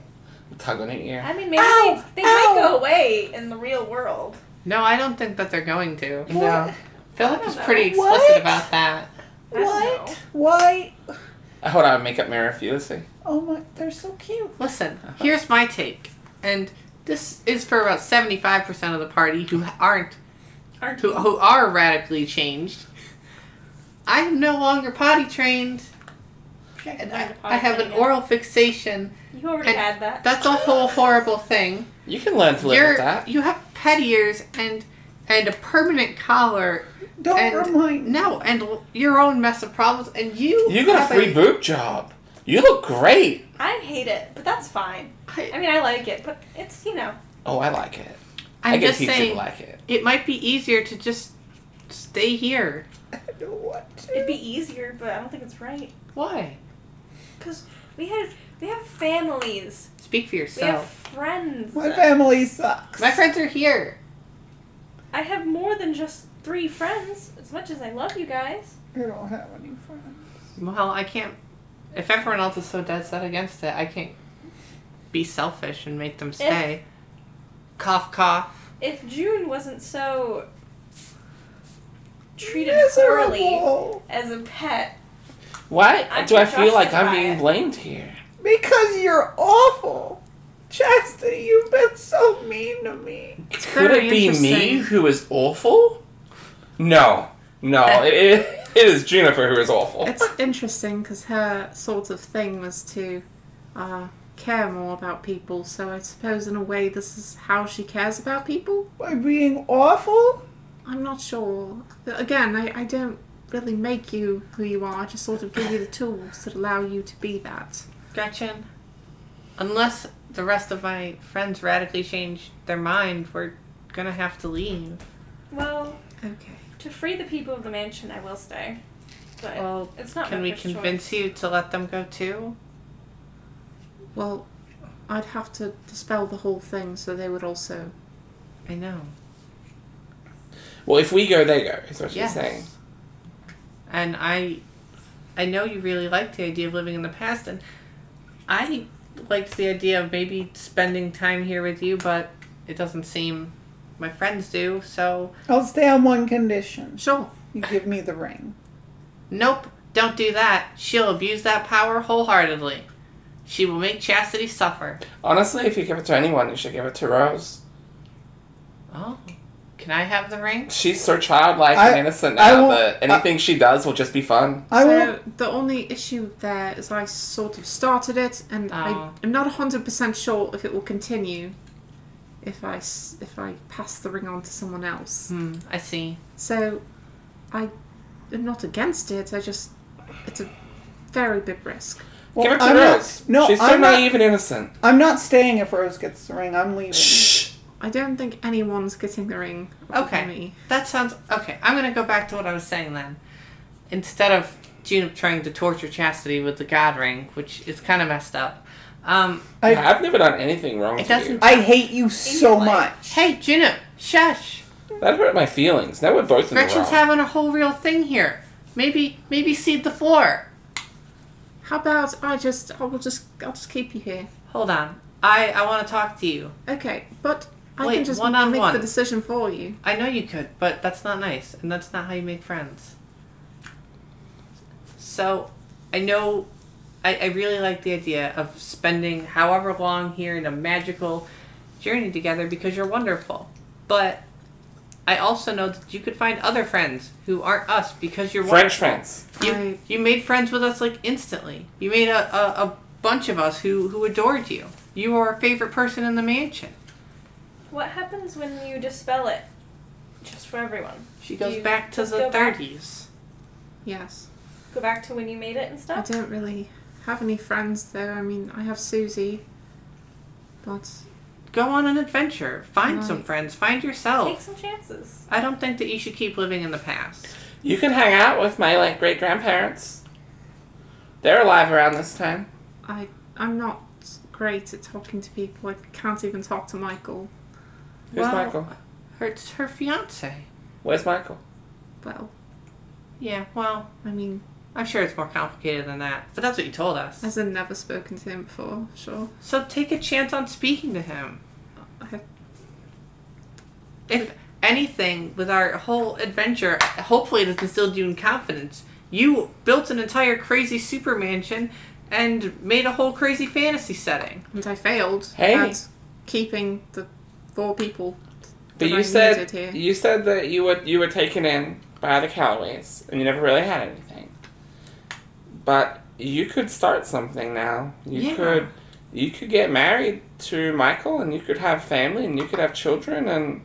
Tug on her ear.
I mean maybe
Ow!
they, they might
Ow!
go away in the real world.
No, I don't think that they're going to.
No.
Philip is
know.
pretty explicit
What?
about that.
I don't know.
What? Why?
I thought I would make up my Felicity.
Oh my. They're so cute.
Listen, here's my take, and this is for about seventy-five percent of the party who aren't
Aren't
who, who are radically changed. I am no longer potty trained. And I, I have an oral fixation.
You already
And-
had that.
That's a whole horrible thing.
You can learn to live with
You're
that.
you have pet ears and and a permanent collar.
Don't
And-
remind me.
No, and l- your own mess of problems. And you
You got
have
a free boob job. You look great.
I hate it, but that's fine.
I-
I mean, I like it, but it's, you know.
Oh, I like it.
I'm
I can
just
teach you to
saying,
like it.
it might be easier to just stay here.
I don't want to.
It'd be easier, but I don't think it's right.
Why?
Cause we have we have families,
Speak for
we have
yourself.
friends.
My family sucks.
My friends are here.
I have more than just three friends. As much as I love you guys,
I don't have any friends.
Well, I can't. If everyone else is so dead set against it, I can't be selfish and make them stay. cough, cough.
if June wasn't so treated poorly
Miserable.
as a pet,
Why
I
do I
can
feel like I'm
justify
being
it.
blamed here?
Because you're awful. Chastity, you've been so mean to me.
Could it be me who is awful? No. No, it, it, it is Juniper who is awful.
It's interesting because her sort of thing was to uh, care more about people, so I suppose in a way this is how she cares about people?
By being awful?
I'm not sure. But Again, I, I don't really make you who you are, I just sort of give you the tools that allow you to be that.
Gretchen, unless the rest of my friends radically change their mind, we're gonna have to leave.
well,
Okay.
to free the people of the mansion, I will stay. But
Well,
it's not.
Can
my
we
first
convince you to let them go too?
Well, I'd have to dispel the whole thing so they would also.
I know.
Well, if we go, they go, is what she's
Yes.
saying.
And I, I know you really liked the idea of living in the past, and I liked the idea of maybe spending time here with you, but it doesn't seem my friends do. So
I'll stay on one condition.
Sure.
You give me the ring.
nope, don't do that. She'll abuse that power wholeheartedly. She will make Chastity suffer.
Honestly, if you give it to anyone, you should give it to Rose.
Oh, can I have the ring?
She's so childlike
I-
and innocent
I
now
won't-
that anything she does will just be fun.
I
so
will.
the only issue there is I sort of started it, and I
Oh.
am not hundred percent sure if it will continue. If I s- if I pass the ring on to someone else,
Hmm, I see.
so I am not against it. I just it's a very big risk.
Well,
give it to
I'm
Rose.
Not, no,
she's so
I'm not,
naive and innocent.
I'm not staying if Rose gets the ring. I'm leaving.
I don't think anyone's getting the ring. off of
Okay.
Me.
That sounds okay. I'm gonna go back to what I was saying then. Instead of June trying to torture Chastity with the God ring, which is kind of messed up. Um,
I-
I've never done anything wrong
it
to you.
doesn't.
I hate you so
Anyway.
much.
Hey, Juno, shush.
That hurt my feelings. Now we're both in
Gretchen's
the wrong.
having a whole real thing here. Maybe, maybe seed the floor.
How about I just I will just I'll just keep you here.
Hold on. I I want to talk to you.
Okay, but I
Wait,
can just
one on
make
one.
the decision for you.
I know you could, but that's not nice, and that's not how you make friends. So, I know, I, I really like the idea of spending however long here in a magical journey together because you're wonderful. But I also know that you could find other friends who aren't us because you're
French
wonderful.
friends.
You, you made friends with us like instantly. You made a, a, a bunch of us who, who adored you. You were our favorite person in the mansion.
What happens when you dispel it? Just for everyone.
She goes
You
back to
just
the
go back.
30s.
Yes.
Go back to when you made it and
I
stuff?
don't really have any friends though. I mean, I have Susie, but
go on an adventure. Find some
Right.
friends. Find
Take
yourself.
some chances.
I don't think that you should keep living in the past.
You can hang out with my like great grandparents. They're alive around this time.
I I'm not great at talking to people. I can't even talk to Michael.
Who's
Well-
Michael?
Her, it's her fiance.
Where's Michael?
Well,
Yeah, well,
I mean,
I'm sure it's more complicated than that. But that's what you told us.
as I've never spoken to him before. Sure.
So take a chance on speaking to him.
I have
If anything, with our whole adventure, hopefully it has instilled you in confidence. You built an entire crazy super mansion and made a whole crazy fantasy setting.
and I failed
Hey.
at keeping the four people.
But
that I
you said
needed here.
you said that you were you were taken in by the Callaways and you never really had anything. But you could start something now. You
Yeah.
could you could get married to Michael and you could have family and you could have children and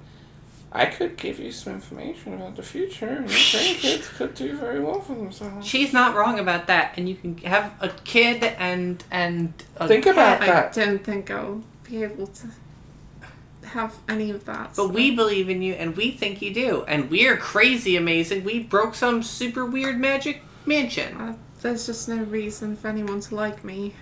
I could give you some information about the future and your grandkids could do very well for themselves.
She's not wrong about that, and you can have a kid and and a
Think about
cat.
I
that.
don't think I'll be able to have any of that.
But we believe in you and we think you do. And we're crazy amazing. We broke some super weird magic mansion.
Uh, there's just no reason for anyone to like me.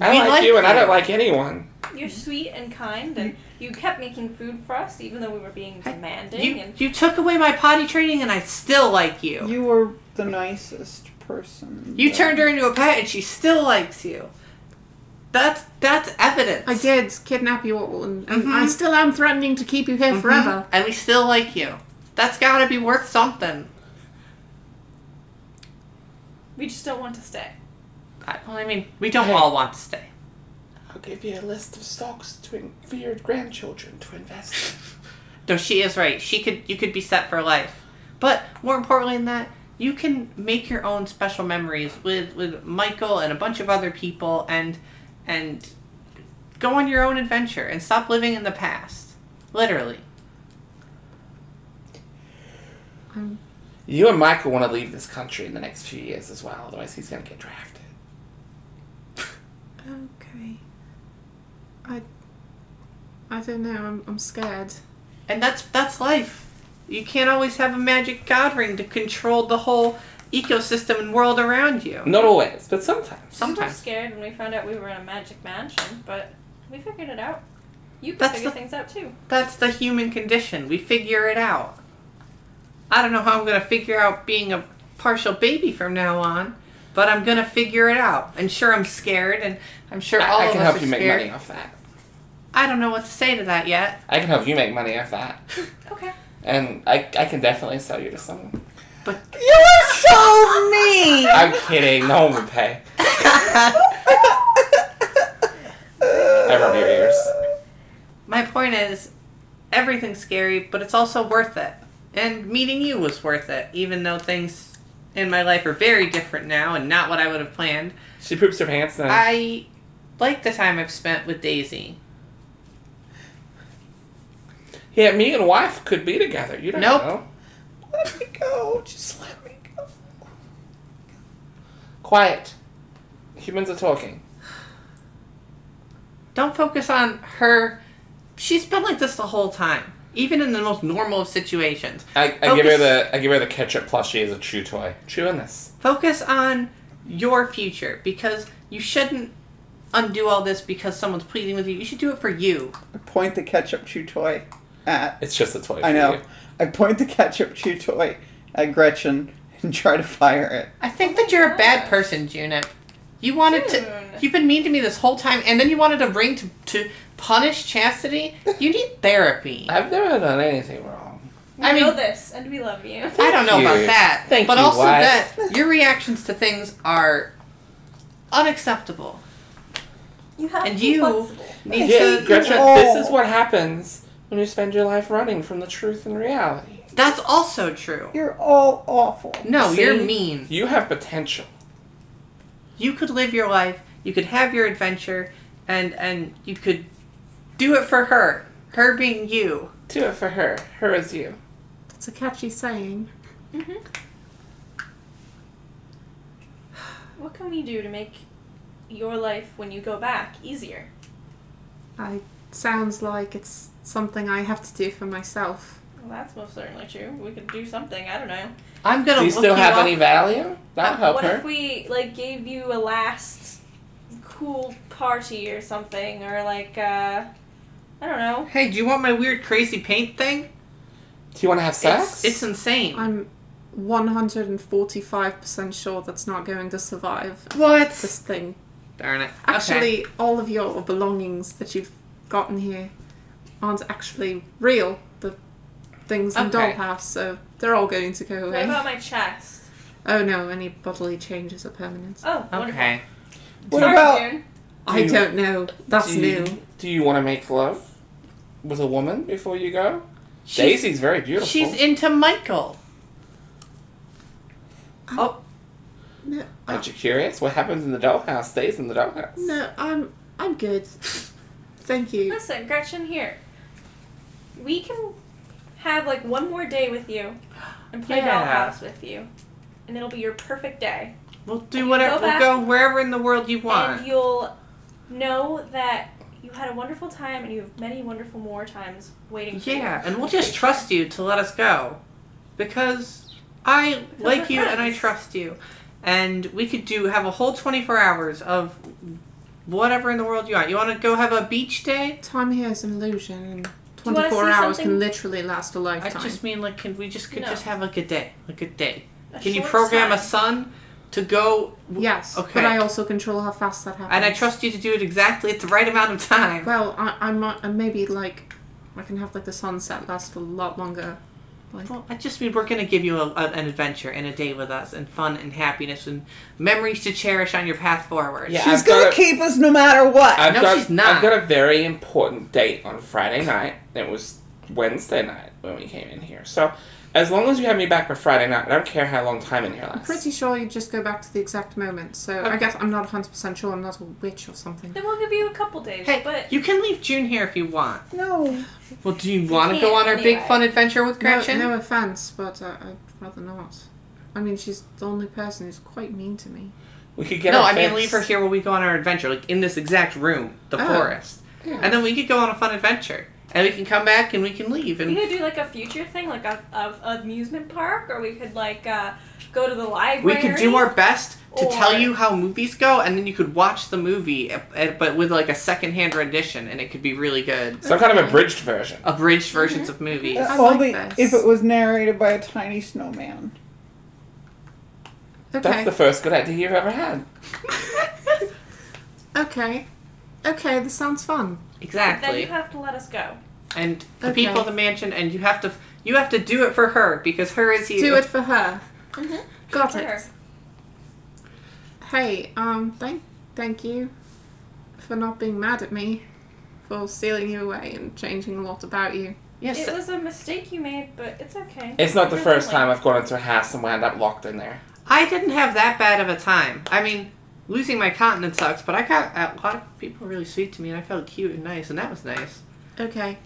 I
We
like,
like
you and I
you.
don't like anyone.
You're
Mm-hmm.
sweet and kind, and you kept making food for us even though we were being demanding.
You
and
you took away my potty training and I still like you.
You were the nicest person.
You
that-
turned her into a pet and she still likes you. That's that's evidence.
I did kidnap you all, and, and
Mhm.
I still am threatening to keep you
Mm-hmm.
here forever.
And we still like you. That's gotta be worth something.
we just don't want to stay.
I, well, I mean, we don't all want to stay.
I'll give you a list of stocks to in- for your grandchildren to invest
No, she is right. She could you could be set for life. But more importantly than that, you can make your own special memories with with Michael and a bunch of other people and and go on your own adventure and stop living in the past. Literally.
in. You and Michael want to leave this country in the next few years as well, otherwise he's going to get drafted.
Okay. I. I don't know. I'm, I'm scared.
And that's that's life. You can't always have a magic god ring to control the whole ecosystem and world around you.
Not always, but sometimes.
We were
Sometimes.
scared when we found out we were in a magic mansion, but we figured it out. You can
That's
figure
the-
things out too.
That's the human condition. We figure it out. I don't know how I'm going to figure out being a partial baby from now on, but I'm going to figure it out. And sure, I'm scared, and I'm sure all
I, I
of
can
us
help
are
you make
scared.
money off that.
I don't know what to say to that yet.
I can help you make money off that.
Okay.
And I, I can definitely sell you to someone.
You were so mean.
I'm kidding, no one would pay. I rub your ears.
My point is, everything's scary, but it's also worth it. And meeting you was worth it, even though things in my life are very different now and not what I would have planned.
She poops her pants now.
I like the time I've spent with Daisy.
yeah, me and wife could be together. You don't
Nope.
know.
Let me go. Just let me go.
Quiet. Humans are talking.
don't focus on her she's been like this the whole time, even in the most normal of situations.
I, I give her the I give her the ketchup plushie as a chew toy. Chew on this.
Focus on your future because you shouldn't undo all this because someone's pleading with you. You should do it for you.
Point the ketchup chew toy at.
It's just a toy.
I
for
know.
you.
I point the ketchup chew toy at Gretchen and try to fire it.
I think that you're a bad person, Junip. You wanted to.
June.
You've been mean to me this whole time, and then you wanted a ring to, to punish Chastity. You need therapy.
I've never done anything wrong.
We
I mean-
know this, and we love you.
I don't know about
you.
that.
Thank
but
you,
also
wife.
that your reactions to things are unacceptable.
You have
And
to be
you-
flexible.
Need
yeah,
to-
Gretchen,
Oh.
this is what happens when you spend your life running from the truth and reality.
That's also true.
You're all awful.
No, you're
See?
mean.
You have potential.
You could live your life. You could have your adventure, and and you could do it for her. Her being you.
Do it for her. Her is you.
It's a catchy saying.
Mm-hmm. What can we do to make your life when you go back easier?
I sounds like it's something I have to do for myself.
Well, that's most certainly true. We could do something. I don't know.
I'm gonna
Do you
look
still have
up.
any value? That'll help
what
her.
if we like gave you a last cool party or something, or like uh, I don't know.
Hey, do you want my weird crazy paint thing?
Do you want to have sex?
It's, it's insane.
I'm 145% sure that's not going to survive
What?
this thing.
Darn it.
Actually, all of your belongings that you've gotten here aren't actually real. The things in
Okay.
Dollhouse, so they're all going to go
What
away.
about my chest?
Oh no, any bodily changes are permanent.
Oh,
okay.
wonderful.
okay.
What
Sorry,
about
June.
I don't know. That's
do you,
new.
Do you want to make love with a woman before you go?
She's-
Daisy's very beautiful.
She's into Michael. Oh,
No, I,
Aren't you curious? What happens in the dollhouse stays in the dollhouse.
no, I'm I'm good. Thank you.
Listen, Gretchen, here. We can have like one more day with you and play
Yeah.
Dollhouse with you, and it'll be your perfect day.
we'll do whatever.
Go
we'll
back.
go wherever in the world you
And
want.
you'll know that you had a wonderful time and you have many wonderful more times waiting for
Yeah, and we'll just trust you to let us go, because I like
we're
you and I
friends.
trust you, and we could do have a whole twenty four hours of whatever in the world you want. You want to go have a beach day?
Time here is an illusion, and
you wanna
24
see
hours
something?
can literally last a
I
lifetime.
just mean like, can we just could
No.
just have like a day, like a day?
you. A
Can you
short
program
time.
a sun to go?
Yes,
Okay.
but I also control how fast that happens.
And I trust you to do it exactly at the right amount of time.
Well, I, I might, and maybe like, I can have like the sunset last a lot longer. Like,
Well, I just mean we're going to give you a, a- an adventure and a day with us, and fun and happiness and memories to cherish on your path forward.
Yeah,
she's
I've
gonna
got a-
keep us no matter what. Uh,
I've
No,
got,
she's not.
I've got a very important date on Friday night. It was Wednesday night when we came in here. So, as long as you have me back by Friday night, I don't care how long time in here lasts.
pretty sure you just go back to the exact moment. So I guess I'm not 100% sure I'm not a witch or something.
Then we'll give you a couple days.
Hey,
but
you can leave June here if you want.
no.
Well, do you want to go
can't
on our big
anyway.
fun adventure with
No,
Gretchen?
no offense, but uh, I'd rather not. I mean, she's the only person who's quite mean to me.
we could get
No,
our
I mean
fix.
leave her here while we go on our adventure, like in this exact room, the
Oh.
forest, and then we could go on a fun adventure, and we can come back and we can leave
we
and
could do like a future thing, like a, a amusement park, or we could like uh, go to the library.
We could do our best to
or-
tell you how movies go, and then you could watch the movie, uh, uh, but with like a secondhand rendition, and it could be really good.
Some kind of abridged version.
Abridged
Mm-hmm.
versions of movies.
I like
Only
this.
if it was narrated by a tiny snowman.
Okay.
That's the first good idea you've ever had.
okay. Okay, this sounds fun.
But then you
Exactly.
have to let us go.
And the
Okay.
people of the mansion, and you have to you have to do it for her because her is you.
Do it for her.
Mhm.
Got
For
it.
her.
Hey, um, thank thank you for not being mad at me for stealing you away and changing a lot about you.
Yes.
It was a mistake you made, but it's okay.
It's not the
You're
first
human.
time I've gone into a house and wound up locked in there.
I didn't have that bad of a time. I mean, losing my continent sucks, but I got a lot of people really sweet to me, and I felt cute and nice, and that was nice.
Okay.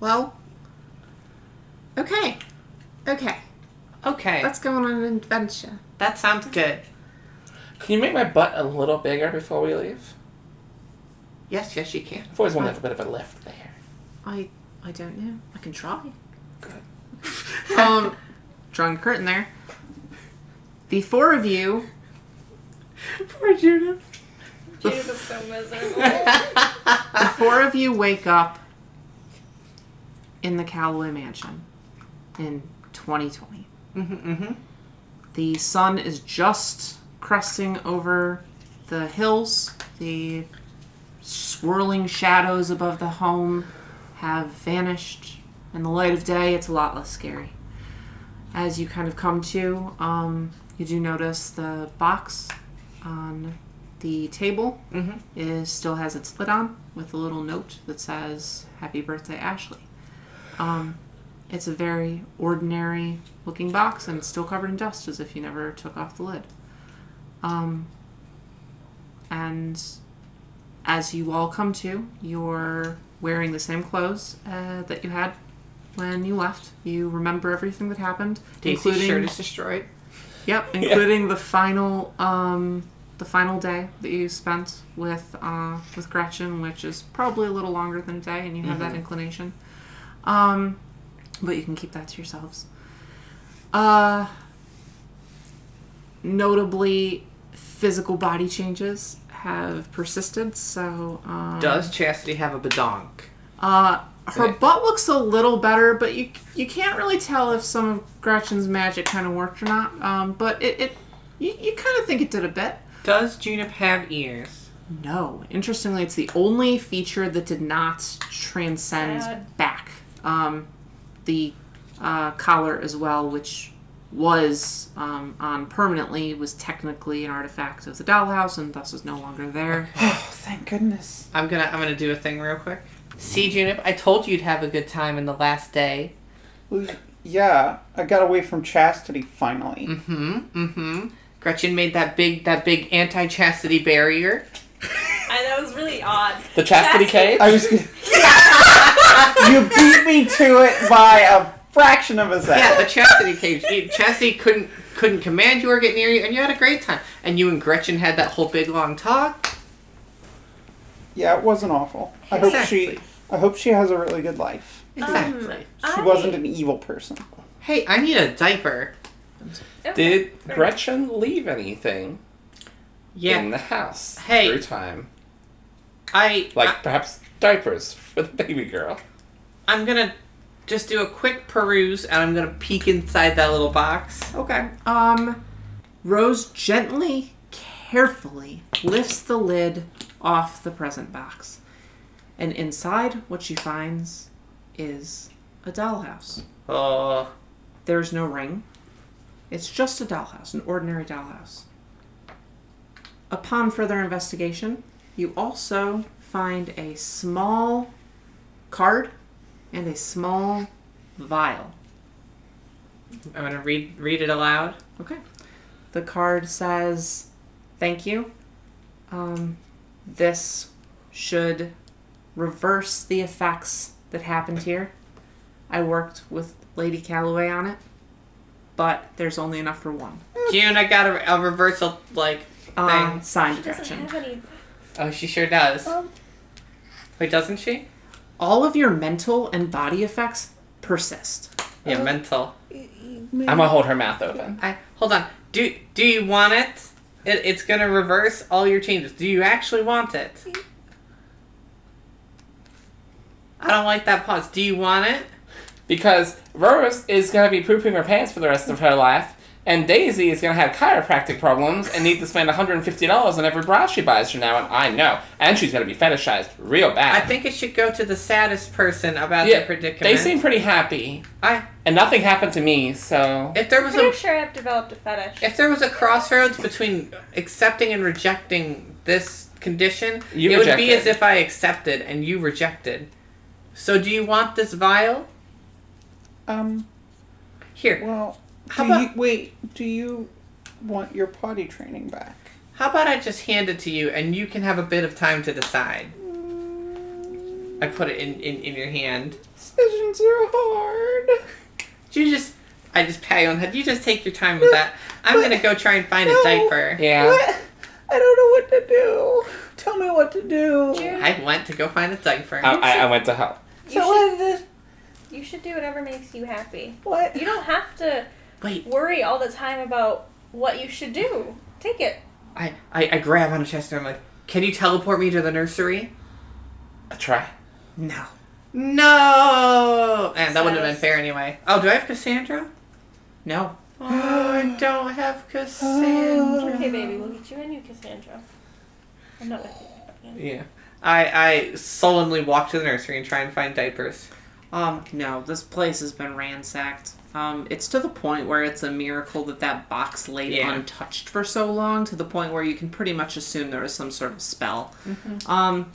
Well. Okay. Okay.
Okay,
Let's go on an adventure.
that sounds good.
Can you make my butt a little bigger before we leave?
Yes, yes, you can.
I've always wanted a bit of a lift there.
I I don't know. I can try.
Good.
Um, drawing a curtain there. The four of you.
Poor Judith.
Judith is so miserable.
The four of you wake up in the Callaway Mansion in 2020.
Mm-hmm, mm-hmm.
The sun is just cresting over the hills. The swirling shadows above the home have vanished. In the light of day, it's a lot less scary. As you kind of come to, um, you do notice the box on the table
Mm-hmm.
Mhm.
is still has its lid on with a little note that says "Happy Birthday, Ashley." Um, it's a very ordinary looking box and it's still covered in dust as if you never took off the lid. Um, and as you all come to, you're wearing the same clothes uh, that you had when you left. You remember everything that happened,
Daisy's
including
shirt is destroyed.
yep, including the final um, the final day that you spent with uh, with Gretchen, which is probably a little longer than a day, and you have that inclination. Um, but you can keep that to yourselves. Uh, notably, physical body changes have persisted. So um,
Does Chastity have a badonk?
uh, her
Right.
butt looks a little better, but you you can't really tell if some of Gretchen's magic kind of worked or not. Um, but it, it you, you kind of think it did a bit.
Does Junip have ears?
No, interestingly, it's the only feature that did not transcend
Sad.
back. Um, the uh, collar as well, which was um, on permanently, was technically an artifact of the dollhouse and thus is no longer there.
Oh, thank goodness.
I'm gonna I'm gonna do a thing real quick. See Junip, I told you you'd have a good time in the last day.
Well, yeah, I got away from chastity finally.
Mm-hmm. Mm-hmm. Gretchen made that big that big anti chastity barrier.
I know it was really odd.
The chastity
Chastity.
cave?
I was. Gonna... you beat me to it by a fraction of a
Yeah, the
second.
chastity cage. You- Chastity couldn't couldn't command you or get near you, and you had a great time. And you and Gretchen had that whole big long talk.
Yeah, it wasn't awful. I hope she.
Exactly.
I hope she has a really good life.
Exactly.
She
I-
wasn't an evil person.
hey, I need a diaper.
Okay.
Did Gretchen leave anything in
Yeah,
the house
Hey.
through time?
I
Like
I,
perhaps diapers for the baby girl.
I'm gonna just do a quick peruse, and I'm gonna peek inside that little box.
Okay.
Um, Rose gently, carefully lifts the lid off the present box. And inside, what she finds is a dollhouse.
Oh,
There's no ring. It's just a dollhouse, an ordinary dollhouse. Upon further investigation, you also find a small card and a small vial.
I'm gonna read read it aloud.
Okay. The card says, "Thank you. Um, this should reverse the effects that happened here. I worked with Lady Calloway on it, but there's only enough for one."
June, I got a, a reversal. Like,
Uh,
Thanks.
signed
She doesn't
Gretchen.
have any.
oh, she sure does.
Oh.
Wait, doesn't she?
All of your mental and body effects persist.
Yeah, mental.
I'm gonna hold her mouth open.
I hold on. Do do you want it? it? It's gonna reverse all your changes. Do you actually want it? I don't like that pause. Do you want it?
Because Rose is gonna be pooping her pants for the rest of her life, and Daisy is gonna have chiropractic problems and need to spend $150 on every bra she buys from now on. I know. And she's gonna be fetishized real
I
bad.
think it should go to the saddest person about
Yeah,
their predicament.
they seem pretty happy.
I
And nothing happened to me, so.
if there was a
Pretty sure I've developed a fetish.
if there was a crossroads between accepting and rejecting this condition,
You
it would be
rejected.
as if I accepted and you rejected. So do you want this vial?
Um.
Here.
Well.
How
do
about-
you, wait? Do you want your potty training back?
How about I just hand it to you and you can have a bit of time to decide? I put it in, in, in your hand.
Decisions are hard.
You just, I just pat you on the head. You just take your time with that. I'm gonna go try and find a
No.
diaper.
Yeah.
What? I don't know what to do. Tell me what to do.
June,
I went to go find a diaper.
Uh, I, I, I went to help.
you
So
should You should do whatever makes you happy.
What?
You don't have to
Wait.
worry all the time about what you should do. Take it.
I, I, I grab on a chest and I'm like, can you teleport me to the nursery?
I try.
No. No! And that wouldn't have been
Says-
fair anyway. Oh, do I have Cassandra?
No.
Oh, I don't have Cassandra.
Okay, baby, we'll get you a new Cassandra. I'm not with you.
Yeah. I, I sullenly walk to the nursery and try and find diapers.
Um, no, this place has been ransacked. Um, it's to the point where it's a miracle that that box laid
Yeah.
untouched for so long, to the point where you can pretty much assume there was some sort of spell.
Mm-hmm.
Um,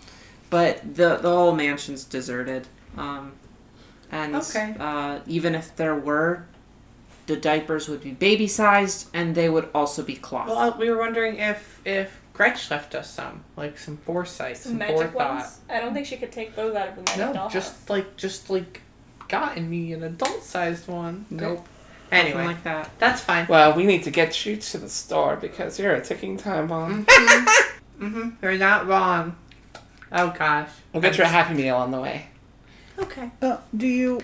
but the the whole mansion's deserted. Um, and
Okay.
uh, even if there were, the diapers would be baby sized, and they would also be cloth.
Well, uh, we were wondering if if Gretch left us some, like some foresight, some,
Some magic
forethought.
ones? I don't think she could take those out of the magic
No,
dollhouse.
just like just like gotten me an adult-sized one.
Nope.
Anyway,
Something like that.
that's fine.
Well, we need to get you to the store because you're a ticking time bomb.
Mm-hmm. You're not wrong. Oh gosh.
We'll get you a happy meal on the way.
Okay.
Uh, do you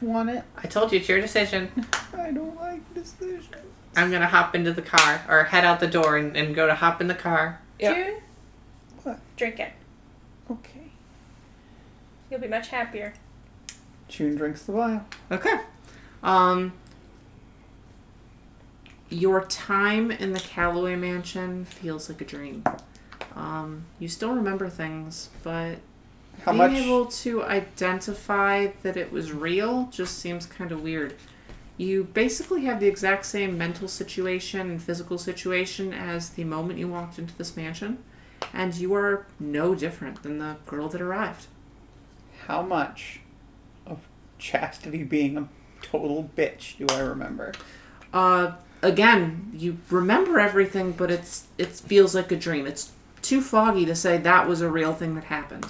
want it?
I told you it's your decision.
I don't like decisions.
I'm gonna hop into the car or head out the door and, and go to hop in the car.
Yeah.
June,
What?
drink it.
Okay.
You'll be much happier.
June drinks the vial.
Okay. Um, your time in the Calloway Mansion feels like a dream. Um, you still remember things, but
How
being
much?
able to identify that it was real just seems kind of weird. You basically have the exact same mental situation and physical situation as the moment you walked into this mansion, and you are no different than the girl that arrived.
How much of Chastity being a total bitch do I remember?
uh again you remember everything but it's it feels like a dream it's too foggy to say that was a real thing that happened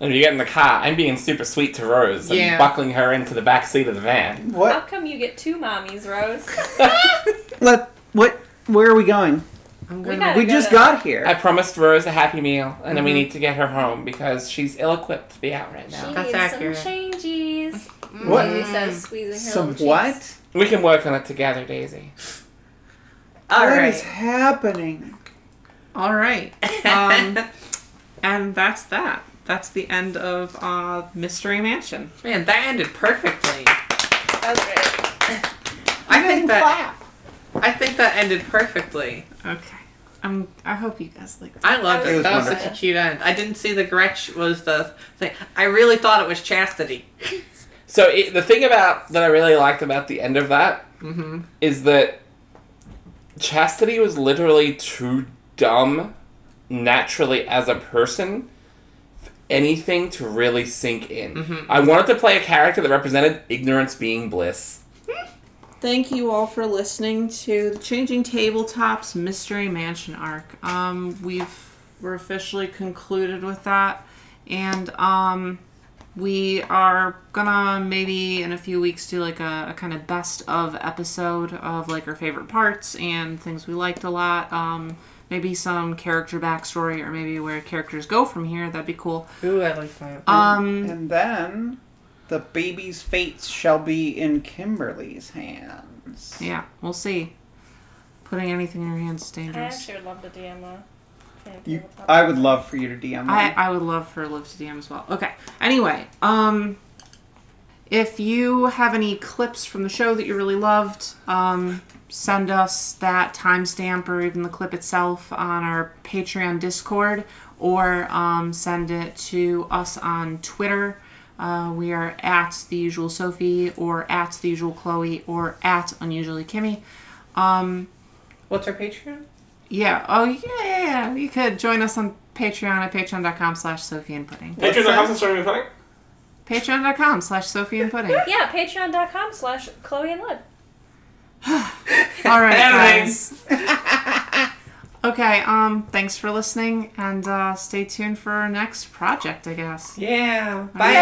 And you get in the car. I'm being super sweet to Rose and
Yeah.
buckling her into the back seat of the van.
How
What?
come you get two mommies, Rose?
Let. What? Where are we going?
i'm
We
gonna
gotta
We
go
just
to-
got
I
here.
promised Rose a happy meal, and then we need to get her home because she's ill-equipped to be out right
She
now.
needs
accurate.
some changes.
What?
He says, squeezing her
Mm. Some
little cheeks.
what?
We can work on it together, Daisy.
All
What
right.
is happening?
all right um and that's that that's the end of uh mystery mansion
Man, that ended perfectly.
That was great.
I think that I think that ended perfectly.
okay i'm i hope you guys like
I loved
It
it.
was
That was
wonderful.
such a cute end. I didn't see the Gretch was the thing. I really thought it was Chastity.
So it, the thing about that I really liked about the end of that is that Chastity was literally too dumb, naturally as a person, for anything to really sink in. I wanted to play a character that represented ignorance being bliss.
Thank you all for listening to the Changing Tabletops Mystery Mansion arc. Um, we've we're officially concluded with that, and um, we are gonna maybe in a few weeks do like a, a kind of best of episode of like our favorite parts and things we liked a lot. Um, maybe some character backstory or maybe where characters go from here. That'd be cool.
Ooh, I like that. Mm.
Um,
And then the baby's fates shall be in Kimberly's hands.
yeah, we'll see. Putting anything in your hands is
I
dangerous.
actually would love to DM a fan
You,
tabletop.
I would love for you to DM.
I,
me.
I would love for Liv to DM as well. Okay. Anyway, um, if you have any clips from the show that you really loved, um, send us that timestamp or even the clip itself on our Patreon Discord or um, send it to us on Twitter. Uh, we are at the usual Sophie or at the usual Chloe or at unusually Kimmy. Um,
What's our Patreon?
yeah. Oh, yeah, yeah, yeah. You could join us on Patreon at patreon.com slash Sophie and Pudding.
Patrons are houses are
Patreon.com slash Sophie and Pudding.
Yeah, patreon.com slash Chloe and Lib.
All right,
Editing.
guys. okay, um, thanks for listening and uh, stay tuned for our next project, I guess.
Yeah. Bye,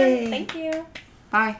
everyone.
Thank you.
Bye.